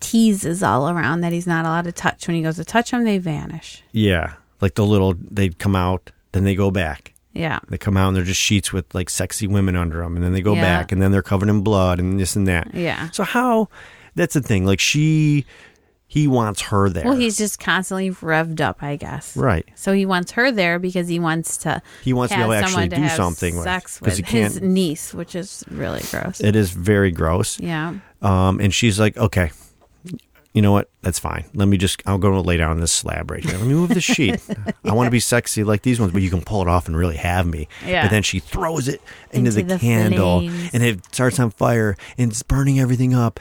[SPEAKER 3] teases all around that he's not allowed to touch. When he goes to touch them, they vanish.
[SPEAKER 2] Yeah, like the little they'd come out, then they go back.
[SPEAKER 3] Yeah,
[SPEAKER 2] They come out and they're just sheets with like sexy women under them, and then they go
[SPEAKER 3] Yeah.
[SPEAKER 2] back, and then they're covered in blood and this and that.
[SPEAKER 3] Yeah.
[SPEAKER 2] So how? That's the thing. Like she, he wants her there.
[SPEAKER 3] well, he's just constantly revved up, I guess.
[SPEAKER 2] right.
[SPEAKER 3] So he wants her there because he wants to.
[SPEAKER 2] He wants to be
[SPEAKER 3] have
[SPEAKER 2] able to
[SPEAKER 3] someone
[SPEAKER 2] actually do
[SPEAKER 3] have
[SPEAKER 2] something with,
[SPEAKER 3] sex
[SPEAKER 2] 'cause
[SPEAKER 3] with
[SPEAKER 2] he
[SPEAKER 3] his
[SPEAKER 2] can't-
[SPEAKER 3] niece, which is really gross.
[SPEAKER 2] It is very gross.
[SPEAKER 3] yeah,
[SPEAKER 2] Um, and she's like, okay, you know what? That's fine. Let me just, I'm going to lay down on this slab right here. Let me move the
[SPEAKER 3] (laughs)
[SPEAKER 2] sheet. I want to be sexy like these ones, but you can pull it off and really have me.
[SPEAKER 3] Yeah.
[SPEAKER 2] But then she throws it into,
[SPEAKER 3] Into
[SPEAKER 2] the,
[SPEAKER 3] the
[SPEAKER 2] candle
[SPEAKER 3] flames.
[SPEAKER 2] and it starts on fire and it's burning everything up.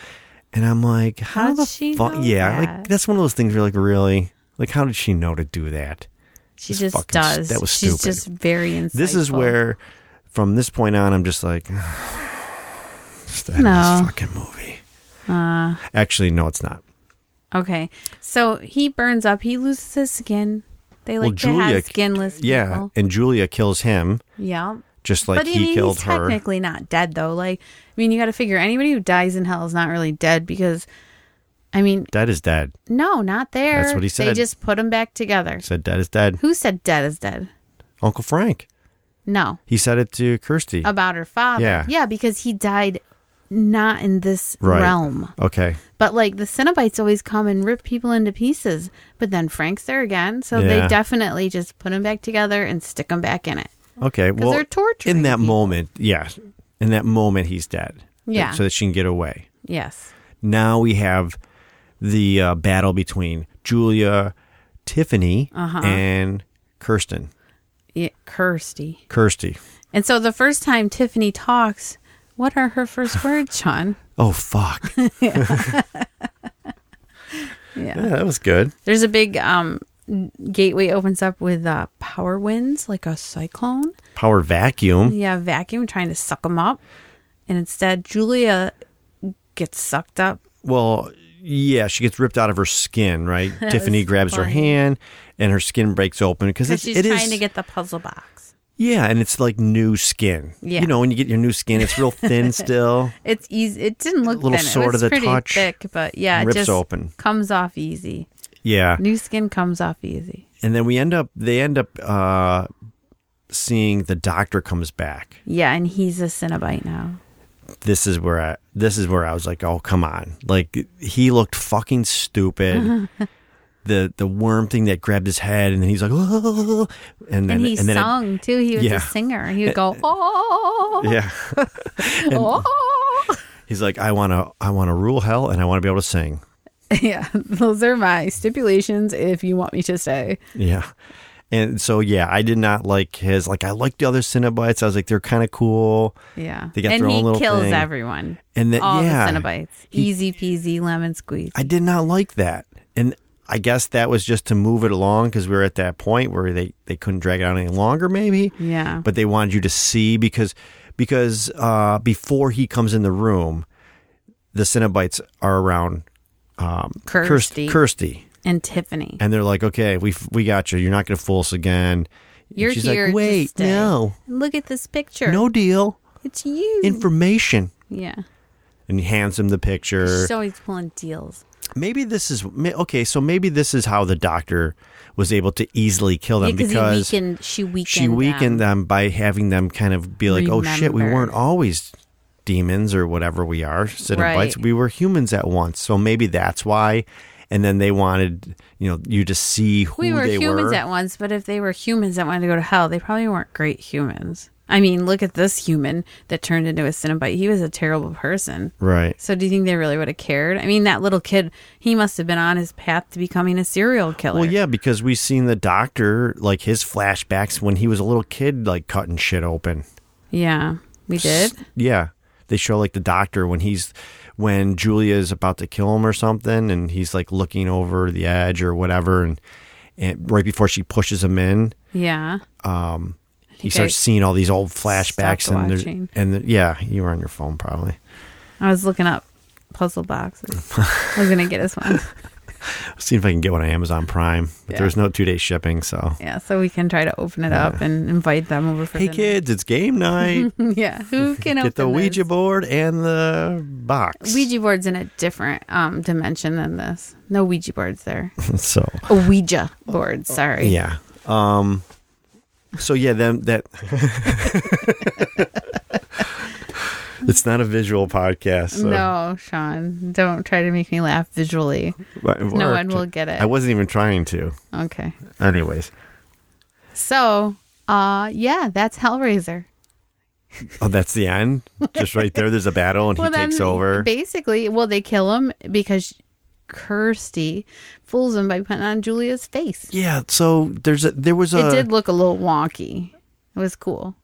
[SPEAKER 2] And I'm like, how
[SPEAKER 3] How'd
[SPEAKER 2] the
[SPEAKER 3] she
[SPEAKER 2] fu-
[SPEAKER 3] know
[SPEAKER 2] Yeah.
[SPEAKER 3] that?
[SPEAKER 2] Like, that's one of those things where like, really? Like, how did she know to do that?
[SPEAKER 3] she
[SPEAKER 2] It's
[SPEAKER 3] just
[SPEAKER 2] fucking s-
[SPEAKER 3] does.
[SPEAKER 2] that was
[SPEAKER 3] She's
[SPEAKER 2] stupid.
[SPEAKER 3] just very insightful.
[SPEAKER 2] This is where, from this point on, I'm just like, (sighs) it's the end
[SPEAKER 3] No. Uh.
[SPEAKER 2] of this fucking movie. Actually, no, it's not.
[SPEAKER 3] Okay, so he burns up. He loses his skin. They like to have skinless.
[SPEAKER 2] Yeah,
[SPEAKER 3] people.
[SPEAKER 2] and Julia kills him
[SPEAKER 3] yeah.
[SPEAKER 2] just like
[SPEAKER 3] but I
[SPEAKER 2] he
[SPEAKER 3] mean,
[SPEAKER 2] killed
[SPEAKER 3] he's
[SPEAKER 2] her.
[SPEAKER 3] technically not dead though. Like, I mean, you got to figure anybody who dies in hell is not really dead because, I mean,
[SPEAKER 2] Dead is dead.
[SPEAKER 3] no, not there.
[SPEAKER 2] That's what he
[SPEAKER 3] They
[SPEAKER 2] said.
[SPEAKER 3] just put them back together.
[SPEAKER 2] He said dead is dead.
[SPEAKER 3] Who said dead is dead?
[SPEAKER 2] Uncle Frank.
[SPEAKER 3] No,
[SPEAKER 2] He said it to Kirsty.
[SPEAKER 3] about her father.
[SPEAKER 2] Yeah.
[SPEAKER 3] because he died not in this
[SPEAKER 2] right.
[SPEAKER 3] realm.
[SPEAKER 2] Okay.
[SPEAKER 3] But like the Cenobites always come and rip people into pieces, but then Frank's there again, so they
[SPEAKER 2] Yeah.
[SPEAKER 3] definitely just put them back together and stick them back in it.
[SPEAKER 2] Okay. Well,
[SPEAKER 3] they're torturing
[SPEAKER 2] in that
[SPEAKER 3] people.
[SPEAKER 2] moment, yeah, in that moment, he's dead.
[SPEAKER 3] Yeah.
[SPEAKER 2] So that she can get away.
[SPEAKER 3] Yes.
[SPEAKER 2] Now we have the uh, battle between Julia, Tiffany
[SPEAKER 3] Uh-huh.
[SPEAKER 2] and Kirsten.
[SPEAKER 3] Yeah, Kirsty.
[SPEAKER 2] Kirsty.
[SPEAKER 3] And so the first time Tiffany talks, what are
[SPEAKER 2] (sighs)
[SPEAKER 3] her first words, Sean?
[SPEAKER 2] Oh
[SPEAKER 3] (laughs)
[SPEAKER 2] fuck. yeah. (laughs) that was good.
[SPEAKER 3] There's a big um, gateway opens up with uh, power winds, like a cyclone.
[SPEAKER 2] Power vacuum.
[SPEAKER 3] Yeah, vacuum trying to suck them up. And instead, Julia gets sucked up.
[SPEAKER 2] Well, yeah, she gets ripped out of her skin,
[SPEAKER 3] (laughs)
[SPEAKER 2] right? Tiffany grabs her hand and her skin breaks open because
[SPEAKER 3] Because
[SPEAKER 2] it's
[SPEAKER 3] she's
[SPEAKER 2] it
[SPEAKER 3] trying
[SPEAKER 2] is-
[SPEAKER 3] to get the puzzle box.
[SPEAKER 2] Yeah, and it's like new skin.
[SPEAKER 3] Yeah.
[SPEAKER 2] You know, when you get your new skin, it's real
[SPEAKER 3] (laughs)
[SPEAKER 2] thin still.
[SPEAKER 3] It's easy. It didn't look
[SPEAKER 2] Little
[SPEAKER 3] thin.
[SPEAKER 2] sore
[SPEAKER 3] it
[SPEAKER 2] to
[SPEAKER 3] was
[SPEAKER 2] the
[SPEAKER 3] pretty
[SPEAKER 2] touch.
[SPEAKER 3] thick, but yeah, it
[SPEAKER 2] Rips
[SPEAKER 3] just
[SPEAKER 2] open.
[SPEAKER 3] comes off easy.
[SPEAKER 2] Yeah.
[SPEAKER 3] New skin comes off easy.
[SPEAKER 2] And then we end up they end up uh seeing the doctor comes back.
[SPEAKER 3] Yeah, and he's a Cenobite now.
[SPEAKER 2] This is where I this is where I was like, "Oh, come on." Like he looked fucking
[SPEAKER 3] (laughs)
[SPEAKER 2] stupid. the the worm thing that grabbed his head and then he's like, (laughs) "Oh." And then
[SPEAKER 3] And, he
[SPEAKER 2] and then it-
[SPEAKER 3] sung too. He was
[SPEAKER 2] Yeah.
[SPEAKER 3] a singer. He would go, oh,
[SPEAKER 2] yeah.
[SPEAKER 3] oh.
[SPEAKER 2] He's like, "I want to I want to rule hell and I want to be able to sing."
[SPEAKER 3] (laughs) yeah, those are my stipulations if you want me to say.
[SPEAKER 2] Yeah. And so yeah, I did not like his like I liked the other Cenobites. I was like they're kind of cool.
[SPEAKER 3] Yeah.
[SPEAKER 2] They got
[SPEAKER 3] and
[SPEAKER 2] their
[SPEAKER 3] he
[SPEAKER 2] own little
[SPEAKER 3] kills
[SPEAKER 2] thing.
[SPEAKER 3] everyone.
[SPEAKER 2] And then
[SPEAKER 3] All
[SPEAKER 2] yeah.
[SPEAKER 3] the Cenobites. Easy peasy lemon squeeze.
[SPEAKER 2] I did not like that. And I guess that was just to move it along because we were at that point where they, they couldn't drag it out any longer, maybe.
[SPEAKER 3] Yeah.
[SPEAKER 2] But they wanted you to see because because uh, before he comes in the room, the Cenobites are around um, Kirst-
[SPEAKER 3] Kirsty.
[SPEAKER 2] Kirsty,
[SPEAKER 3] and Tiffany.
[SPEAKER 2] and they're like, "Okay, we f- we got you. You're not going to fool us again." And
[SPEAKER 3] You're
[SPEAKER 2] she's
[SPEAKER 3] here.
[SPEAKER 2] like, "Wait,
[SPEAKER 3] to stay. Mm-hmm.
[SPEAKER 2] no,
[SPEAKER 3] Look at this picture.
[SPEAKER 2] no deal.
[SPEAKER 3] It's you.
[SPEAKER 2] Information."
[SPEAKER 3] yeah.
[SPEAKER 2] And he hands him the picture.
[SPEAKER 3] She's always pulling deals.
[SPEAKER 2] Maybe this is ma- okay. So maybe this is how the doctor was able to easily kill them Um, because
[SPEAKER 3] he weakened, she weakened.
[SPEAKER 2] she weakened them. by having them kind of be like, "Oh shit, we
[SPEAKER 3] Remember.
[SPEAKER 2] weren't always demons or whatever we are, Cenobites.
[SPEAKER 3] Right.
[SPEAKER 2] We were humans at once." So maybe that's why. And then they wanted you know you to see who
[SPEAKER 3] We were
[SPEAKER 2] they
[SPEAKER 3] humans
[SPEAKER 2] were.
[SPEAKER 3] at once, but if they were humans that wanted to go to hell, they probably weren't great humans. I mean, look at this human that turned into a Cinnabite. He was a terrible person.
[SPEAKER 2] right.
[SPEAKER 3] So do you think they really would have cared? I mean, that little kid, he must have been on his path to becoming a serial killer.
[SPEAKER 2] Well, yeah, because we seen the doctor like his flashbacks when he was a little kid, like cutting shit open.
[SPEAKER 3] Yeah, we did.
[SPEAKER 2] Yeah. They show like the doctor when he's when Julia is about to kill him or something and he's like looking over the edge or whatever and, and right before she pushes him in,
[SPEAKER 3] Yeah.
[SPEAKER 2] um, he
[SPEAKER 3] think
[SPEAKER 2] starts
[SPEAKER 3] I
[SPEAKER 2] seeing all these old flashbacks
[SPEAKER 3] stopped
[SPEAKER 2] and there's-
[SPEAKER 3] watching.
[SPEAKER 2] and the, yeah, you were on your phone probably.
[SPEAKER 3] I was looking up puzzle boxes. I was going to get us
[SPEAKER 2] (laughs)
[SPEAKER 3] one.
[SPEAKER 2] See if I can get one on Amazon Prime. But
[SPEAKER 3] Yeah.
[SPEAKER 2] there's no 2-day shipping, so
[SPEAKER 3] Yeah, so we can try to open it up and invite them over for
[SPEAKER 2] Hey
[SPEAKER 3] dinner.
[SPEAKER 2] kids, it's
[SPEAKER 3] (laughs)
[SPEAKER 2] game night.
[SPEAKER 3] yeah, who can open
[SPEAKER 2] Get the Ouija
[SPEAKER 3] this?
[SPEAKER 2] board and the box. (laughs)
[SPEAKER 3] Ouija board's in a different um, dimension than this. No Ouija boards there.
[SPEAKER 2] so,
[SPEAKER 3] A Ouija board, sorry.
[SPEAKER 2] Oh, yeah. Um so yeah, then that (laughs) It's not a visual podcast. So.
[SPEAKER 3] No, Sean, don't try to make me laugh visually.
[SPEAKER 2] But it
[SPEAKER 3] No one
[SPEAKER 2] worked.
[SPEAKER 3] will get it.
[SPEAKER 2] I wasn't even trying to.
[SPEAKER 3] Okay.
[SPEAKER 2] Anyways.
[SPEAKER 3] So, uh, yeah, that's Hellraiser.
[SPEAKER 2] Oh, that's the end? Just right there. There's a battle
[SPEAKER 3] (laughs)
[SPEAKER 2] and he takes over.
[SPEAKER 3] Basically, well, they kill him because Kirsty fools him by putting on Julia's face.
[SPEAKER 2] yeah, so there's a there was a
[SPEAKER 3] it did look a little wonky. It was cool.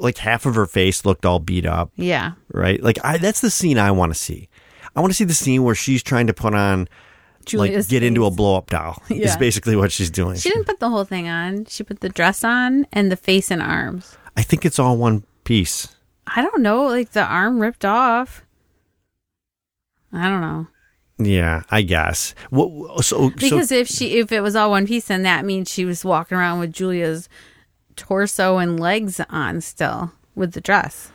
[SPEAKER 2] like half of her face looked all beat up,
[SPEAKER 3] Yeah.
[SPEAKER 2] right? Like I that's the scene I want to see. I want to see the scene where she's trying to put on
[SPEAKER 3] Julia's
[SPEAKER 2] like get into
[SPEAKER 3] face.
[SPEAKER 2] a blow up doll. Is
[SPEAKER 3] Yeah.
[SPEAKER 2] basically what she's doing.
[SPEAKER 3] She didn't put the whole thing on. She put the dress on and the face and arms.
[SPEAKER 2] I think it's all one piece.
[SPEAKER 3] I don't know, like the arm ripped off. I don't know.
[SPEAKER 2] Yeah, I guess. What so
[SPEAKER 3] Because
[SPEAKER 2] so,
[SPEAKER 3] if she if it was all one piece then that means she was walking around with Julia's torso and legs on still with the dress.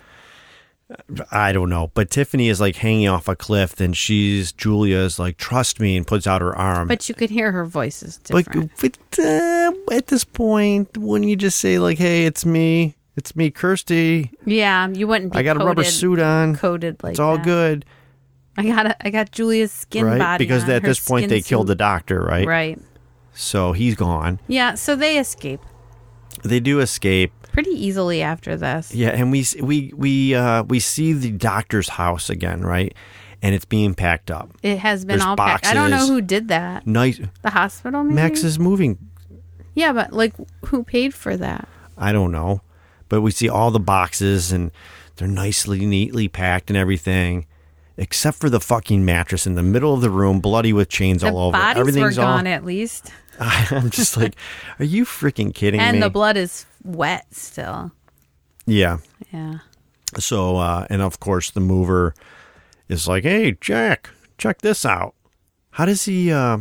[SPEAKER 2] I don't know, but Tiffany is like hanging off a cliff and she's Julia's like trust me and puts out her arm.
[SPEAKER 3] But you could hear her voices
[SPEAKER 2] but,
[SPEAKER 3] different.
[SPEAKER 2] but, uh, at this point, wouldn't you just say like, "Hey, it's me. It's me, Kirsty.
[SPEAKER 3] yeah, you wouldn't be
[SPEAKER 2] I got a rubber
[SPEAKER 3] coated-
[SPEAKER 2] suit on.
[SPEAKER 3] coated like
[SPEAKER 2] it's all
[SPEAKER 3] that.
[SPEAKER 2] good."
[SPEAKER 3] I got a, I got Julia's skin
[SPEAKER 2] Right?
[SPEAKER 3] body
[SPEAKER 2] Because
[SPEAKER 3] on,
[SPEAKER 2] at
[SPEAKER 3] her
[SPEAKER 2] this point
[SPEAKER 3] skin
[SPEAKER 2] they killed the
[SPEAKER 3] suit.
[SPEAKER 2] doctor, right?
[SPEAKER 3] Right.
[SPEAKER 2] So he's gone.
[SPEAKER 3] Yeah, so they escape
[SPEAKER 2] They do escape.
[SPEAKER 3] pretty easily after this.
[SPEAKER 2] Yeah, and we s- we we uh, we see the doctor's house again, right? and it's being packed up.
[SPEAKER 3] It has been
[SPEAKER 2] There's
[SPEAKER 3] all packed. I don't know
[SPEAKER 2] boxes.
[SPEAKER 3] who did that.
[SPEAKER 2] Nice.
[SPEAKER 3] The hospital, maybe?
[SPEAKER 2] Max's moving
[SPEAKER 3] Yeah, but like, who paid for that?
[SPEAKER 2] I don't know. But we see all the boxes and they're nicely, neatly packed and everything, except for the fucking mattress in the middle of the room, bloody with chains
[SPEAKER 3] The
[SPEAKER 2] all over.
[SPEAKER 3] bodies were
[SPEAKER 2] Everything's
[SPEAKER 3] gone,
[SPEAKER 2] all.
[SPEAKER 3] at least,
[SPEAKER 2] (laughs) I'm just like, are you freaking kidding
[SPEAKER 3] and
[SPEAKER 2] me?
[SPEAKER 3] the blood is wet still.
[SPEAKER 2] yeah.
[SPEAKER 3] Yeah.
[SPEAKER 2] So, uh, and of course, the mover is like, hey, Jack, check this out. How does he, uh,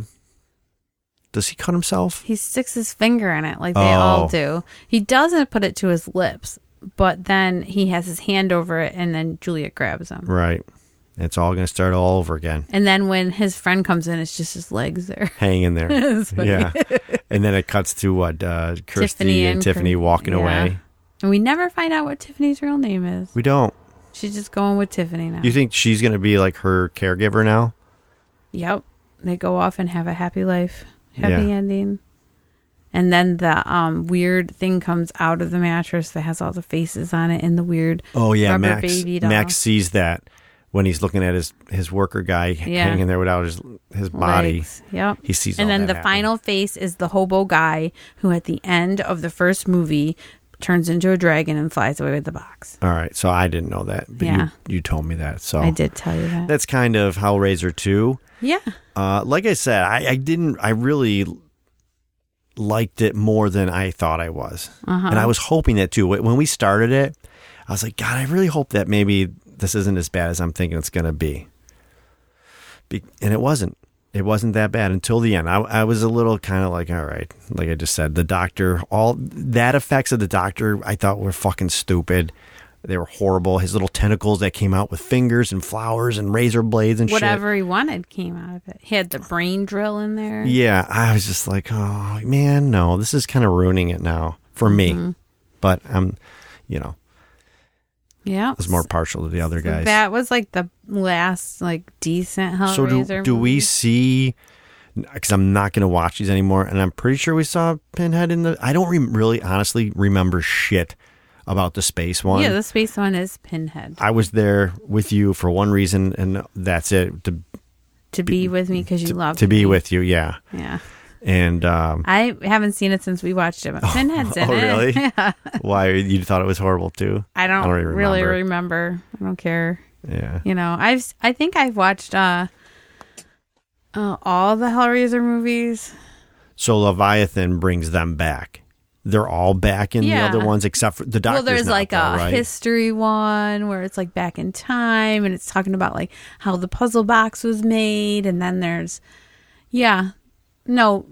[SPEAKER 2] does he cut himself?
[SPEAKER 3] He sticks his finger in it like they all
[SPEAKER 2] Oh.
[SPEAKER 3] do. He doesn't put it to his lips, but then he has his hand over it, and then Juliet grabs him.
[SPEAKER 2] Right. It's all going to start all over again.
[SPEAKER 3] And then when his friend comes in, it's just his legs there. (laughs)
[SPEAKER 2] hanging there.
[SPEAKER 3] It's funny.
[SPEAKER 2] yeah. And then it cuts to what uh, Kirsty
[SPEAKER 3] Tiffany
[SPEAKER 2] and,
[SPEAKER 3] and
[SPEAKER 2] Tiffany
[SPEAKER 3] Kir-
[SPEAKER 2] walking
[SPEAKER 3] yeah.
[SPEAKER 2] away.
[SPEAKER 3] And we never find out what Tiffany's real name is.
[SPEAKER 2] We don't.
[SPEAKER 3] She's just going with Tiffany now.
[SPEAKER 2] You think she's going to be like her caregiver now?
[SPEAKER 3] Yep. They go off and have a happy life, happy
[SPEAKER 2] Yeah.
[SPEAKER 3] ending. And then the um, weird thing comes out of the mattress that has all the faces on it and the weird
[SPEAKER 2] Oh yeah,
[SPEAKER 3] rubber
[SPEAKER 2] Max.
[SPEAKER 3] baby doll.
[SPEAKER 2] Max sees that when he's looking at his his worker guy
[SPEAKER 3] Yeah.
[SPEAKER 2] hanging there without his his body.
[SPEAKER 3] legs. Yep.
[SPEAKER 2] He sees
[SPEAKER 3] And
[SPEAKER 2] all that
[SPEAKER 3] then the
[SPEAKER 2] happen.
[SPEAKER 3] final face is the hobo guy who at the end of the first movie turns into a dragon and flies away with the box.
[SPEAKER 2] All right, so I didn't know that, but
[SPEAKER 3] Yeah.
[SPEAKER 2] you you told me that. So
[SPEAKER 3] I did tell you that.
[SPEAKER 2] That's kind of Hellraiser two.
[SPEAKER 3] yeah.
[SPEAKER 2] Uh, like I said, I, I didn't. I really liked it more than I thought I was, and I was hoping that too. Wh- When we started it, I was like, God, I really hope that maybe this isn't as bad as I'm thinking it's going to be. be. And it wasn't. It wasn't that bad until the end. I, I was a little kind of like, all right, like I just said, the doctor, all that effects of the doctor, I thought were fucking stupid. They were horrible. His little tentacles that came out with fingers and flowers and razor blades and shit.
[SPEAKER 3] Whatever he wanted came out of it. He had the brain drill in there.
[SPEAKER 2] Yeah, I was just like, oh man, no, this is kind of ruining it now for me.
[SPEAKER 3] Mm-hmm.
[SPEAKER 2] But I'm, you know, I
[SPEAKER 3] Yeah.
[SPEAKER 2] was more partial to the other guys.
[SPEAKER 3] That was like the last like decent Hellraiser.
[SPEAKER 2] so do do
[SPEAKER 3] movie.
[SPEAKER 2] we see? Because I'm not going to watch these anymore, and I'm pretty sure we saw Pinhead in the. I don't re- really, honestly, remember shit about the space one.
[SPEAKER 3] Yeah, the space one is Pinhead.
[SPEAKER 2] I was there with you for one reason, and that's it. To
[SPEAKER 3] To be with me because you love
[SPEAKER 2] to be with you, yeah.
[SPEAKER 3] Yeah,
[SPEAKER 2] And
[SPEAKER 3] (laughs)
[SPEAKER 2] um,
[SPEAKER 3] I haven't seen it since we watched it. But Pinhead's
[SPEAKER 2] (laughs)
[SPEAKER 3] in
[SPEAKER 2] oh,
[SPEAKER 3] it.
[SPEAKER 2] really?
[SPEAKER 3] (laughs) Yeah.
[SPEAKER 2] why you thought it was horrible too?
[SPEAKER 3] I don't,
[SPEAKER 2] even
[SPEAKER 3] really remember. I don't care.
[SPEAKER 2] Yeah.
[SPEAKER 3] You know, I've s- I think I've watched uh, uh all the Hellraiser movies.
[SPEAKER 2] So Leviathan brings them back. They're all back in
[SPEAKER 3] Yeah.
[SPEAKER 2] the other ones except for the doctor's
[SPEAKER 3] well, there's
[SPEAKER 2] not
[SPEAKER 3] like
[SPEAKER 2] there,
[SPEAKER 3] a
[SPEAKER 2] right?
[SPEAKER 3] history one where it's like back in time and it's talking about like how the puzzle box was made, and then there's yeah, no,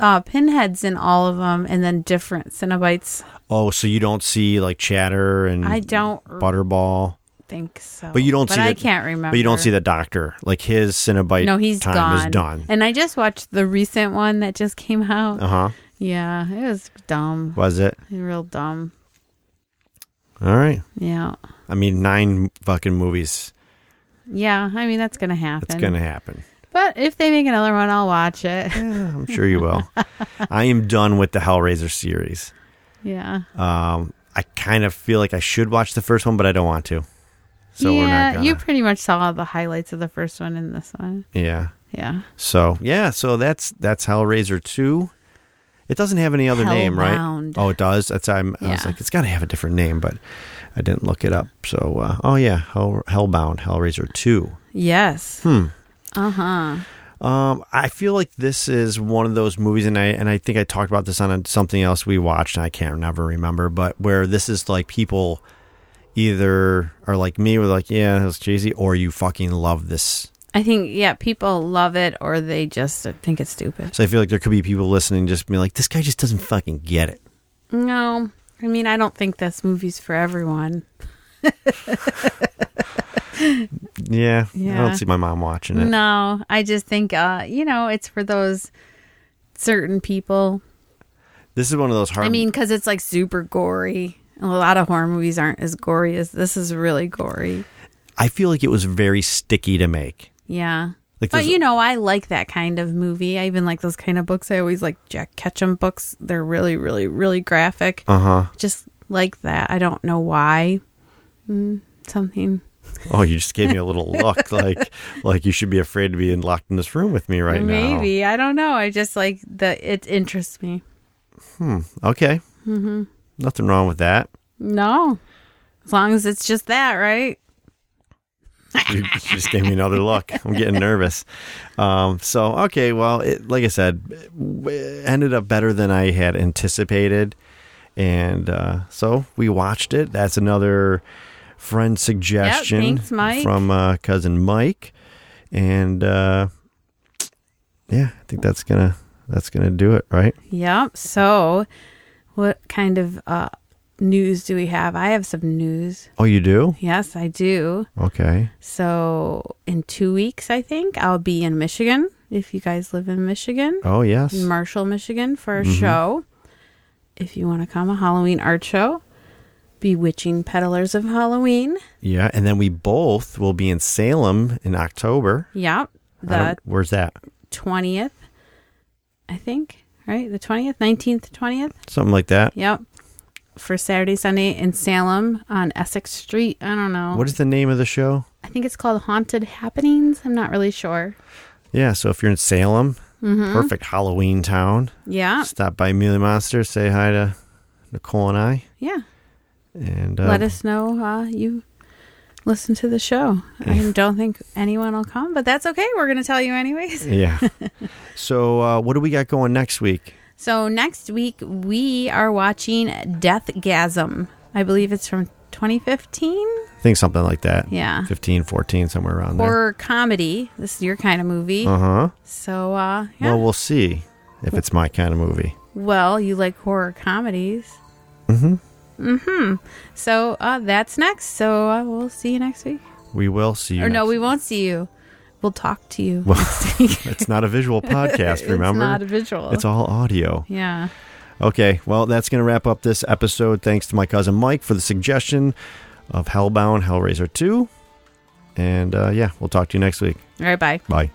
[SPEAKER 3] uh, pinheads in all of them, and then different Cenobites.
[SPEAKER 2] oh, so you don't see like Chatter and
[SPEAKER 3] I don't
[SPEAKER 2] Butterball,
[SPEAKER 3] think so,
[SPEAKER 2] but you don't see.
[SPEAKER 3] I
[SPEAKER 2] the-
[SPEAKER 3] can't remember.
[SPEAKER 2] But you don't see the doctor. Like his Cenobite.
[SPEAKER 3] No, he's
[SPEAKER 2] time
[SPEAKER 3] gone.
[SPEAKER 2] is done.
[SPEAKER 3] And I just watched the recent one that just came out.
[SPEAKER 2] Uh huh.
[SPEAKER 3] Yeah, it was dumb,
[SPEAKER 2] Was it
[SPEAKER 3] real dumb.
[SPEAKER 2] all right?
[SPEAKER 3] Yeah,
[SPEAKER 2] I mean, nine fucking movies.
[SPEAKER 3] yeah. I mean, that's gonna happen.
[SPEAKER 2] It's gonna happen.
[SPEAKER 3] But if they make another one, I'll
[SPEAKER 2] (laughs)
[SPEAKER 3] watch it.
[SPEAKER 2] I'm sure you will. (laughs) I am done with the Hellraiser series.
[SPEAKER 3] (laughs) yeah.
[SPEAKER 2] Um, I kind of feel like I should watch the first one, but I don't want to. So
[SPEAKER 3] yeah,
[SPEAKER 2] we're not gonna.
[SPEAKER 3] you pretty much saw all the highlights of the first one in this one.
[SPEAKER 2] yeah.
[SPEAKER 3] Yeah.
[SPEAKER 2] So yeah, so that's that's Hellraiser two. It doesn't have any other name, right?
[SPEAKER 3] Hellbound.
[SPEAKER 2] Oh, it does. That's I'm, I was
[SPEAKER 3] Yeah.
[SPEAKER 2] like, it's got to have a different name, but I didn't look it up. So uh, oh yeah, Hell, Hellbound, Hellraiser two.
[SPEAKER 3] Yes.
[SPEAKER 2] Hmm. Um, I feel like this is one of those movies, and I and I think I talked about this on a, something else we watched. And I can't never remember, but where this is like people either are like me, were like, yeah, that's cheesy, or you fucking love this
[SPEAKER 3] I think yeah, people love it or they just think it's stupid.
[SPEAKER 2] So I feel like there could be people listening just being like, this guy just doesn't fucking get it.
[SPEAKER 3] No. I mean, I don't think this movie's for everyone.
[SPEAKER 2] Yeah. I
[SPEAKER 3] Yeah.
[SPEAKER 2] don't see my mom watching it.
[SPEAKER 3] No, I just think uh, you know, it's for those certain people.
[SPEAKER 2] This is one of those hard.
[SPEAKER 3] I mean, cuz it's like super gory. A lot of horror movies aren't as gory as this is really gory.
[SPEAKER 2] I feel like it was very sticky to make.
[SPEAKER 3] Yeah.
[SPEAKER 2] Like
[SPEAKER 3] but
[SPEAKER 2] those-
[SPEAKER 3] you know, I like that kind of movie. I even like those kind of books. I always like Jack Ketchum books. They're really, really, really graphic.
[SPEAKER 2] Uh huh.
[SPEAKER 3] Just like that. I don't know why. Mm, something.
[SPEAKER 2] Oh, you just gave me a
[SPEAKER 3] (laughs)
[SPEAKER 2] little look like like you should be afraid to be in, locked in this room with me right now.
[SPEAKER 3] Maybe I don't know. I just like the it interests me.
[SPEAKER 2] Okay. Mm-hmm. Nothing wrong with that.
[SPEAKER 3] No, as long as it's just that, right?
[SPEAKER 2] You just gave me another look. I'm getting nervous. Um, so okay, well, it, like I said, it w- ended up better than I had anticipated, and uh, so we watched it. That's another friend suggestion
[SPEAKER 3] thanks, Mike.
[SPEAKER 2] from uh, cousin Mike, and uh, yeah, I think that's gonna that's gonna do it, right?
[SPEAKER 3] Yep. So, what kind of uh, news do we have? I have some news.
[SPEAKER 2] Oh, you do?
[SPEAKER 3] Yes, I do.
[SPEAKER 2] Okay.
[SPEAKER 3] So, in two weeks, I think I'll be in Michigan. If you guys live in Michigan,
[SPEAKER 2] Oh yes.
[SPEAKER 3] in Marshall, Michigan, for a
[SPEAKER 2] Mm-hmm.
[SPEAKER 3] show. If you want to come, a Halloween art show, Bewitching Peddlers of Halloween.
[SPEAKER 2] yeah, and then we both will be in Salem in October.
[SPEAKER 3] Yep.
[SPEAKER 2] I
[SPEAKER 3] The
[SPEAKER 2] don't- where's that?
[SPEAKER 3] 20th, I think, right? The 20th, 19th, 20th.
[SPEAKER 2] Something like that.
[SPEAKER 3] Yep. For Saturday, Sunday in Salem on Essex Street. I don't know.
[SPEAKER 2] What is the name of the show?
[SPEAKER 3] I think it's called Haunted Happenings. I'm not really sure.
[SPEAKER 2] Yeah, so if you're in Salem,
[SPEAKER 3] Mm-hmm.
[SPEAKER 2] perfect Halloween town.
[SPEAKER 3] Yeah.
[SPEAKER 2] Stop by Muley Monster, say hi to Nicole and I,
[SPEAKER 3] Yeah.
[SPEAKER 2] and uh,
[SPEAKER 3] Let us know uh, you listen to the show. I (laughs) don't think anyone will come, but that's okay. We're going to tell you
[SPEAKER 2] (laughs)
[SPEAKER 3] anyways.
[SPEAKER 2] Yeah. so uh, what do we got going next week?
[SPEAKER 3] So next week, we are watching Deathgasm. I believe it's from 2015.
[SPEAKER 2] I think something like that.
[SPEAKER 3] Yeah.
[SPEAKER 2] 15, 14, somewhere around there.
[SPEAKER 3] Horror comedy. This is your kind of movie.
[SPEAKER 2] Uh huh.
[SPEAKER 3] So, uh, yeah.
[SPEAKER 2] Well, we'll see if it's my kind of movie.
[SPEAKER 3] Well, you like horror comedies. Mm hmm. Mm hmm.
[SPEAKER 2] Mm-hmm.
[SPEAKER 3] So uh, that's next. So uh, we'll see you next week.
[SPEAKER 2] We will see. You
[SPEAKER 3] or no,
[SPEAKER 2] next-
[SPEAKER 3] we won't see you. We'll talk to you.
[SPEAKER 2] (laughs) Well, it's not a
[SPEAKER 3] (laughs)
[SPEAKER 2] visual podcast. Remember,
[SPEAKER 3] It's not a visual.
[SPEAKER 2] It's all audio.
[SPEAKER 3] yeah.
[SPEAKER 2] Okay, well, that's going to wrap up this episode. Thanks to my cousin Mike for the suggestion of Hellbound Hellraiser 2. And uh, yeah, we'll talk to you next week.
[SPEAKER 3] All right. Bye.
[SPEAKER 2] Bye.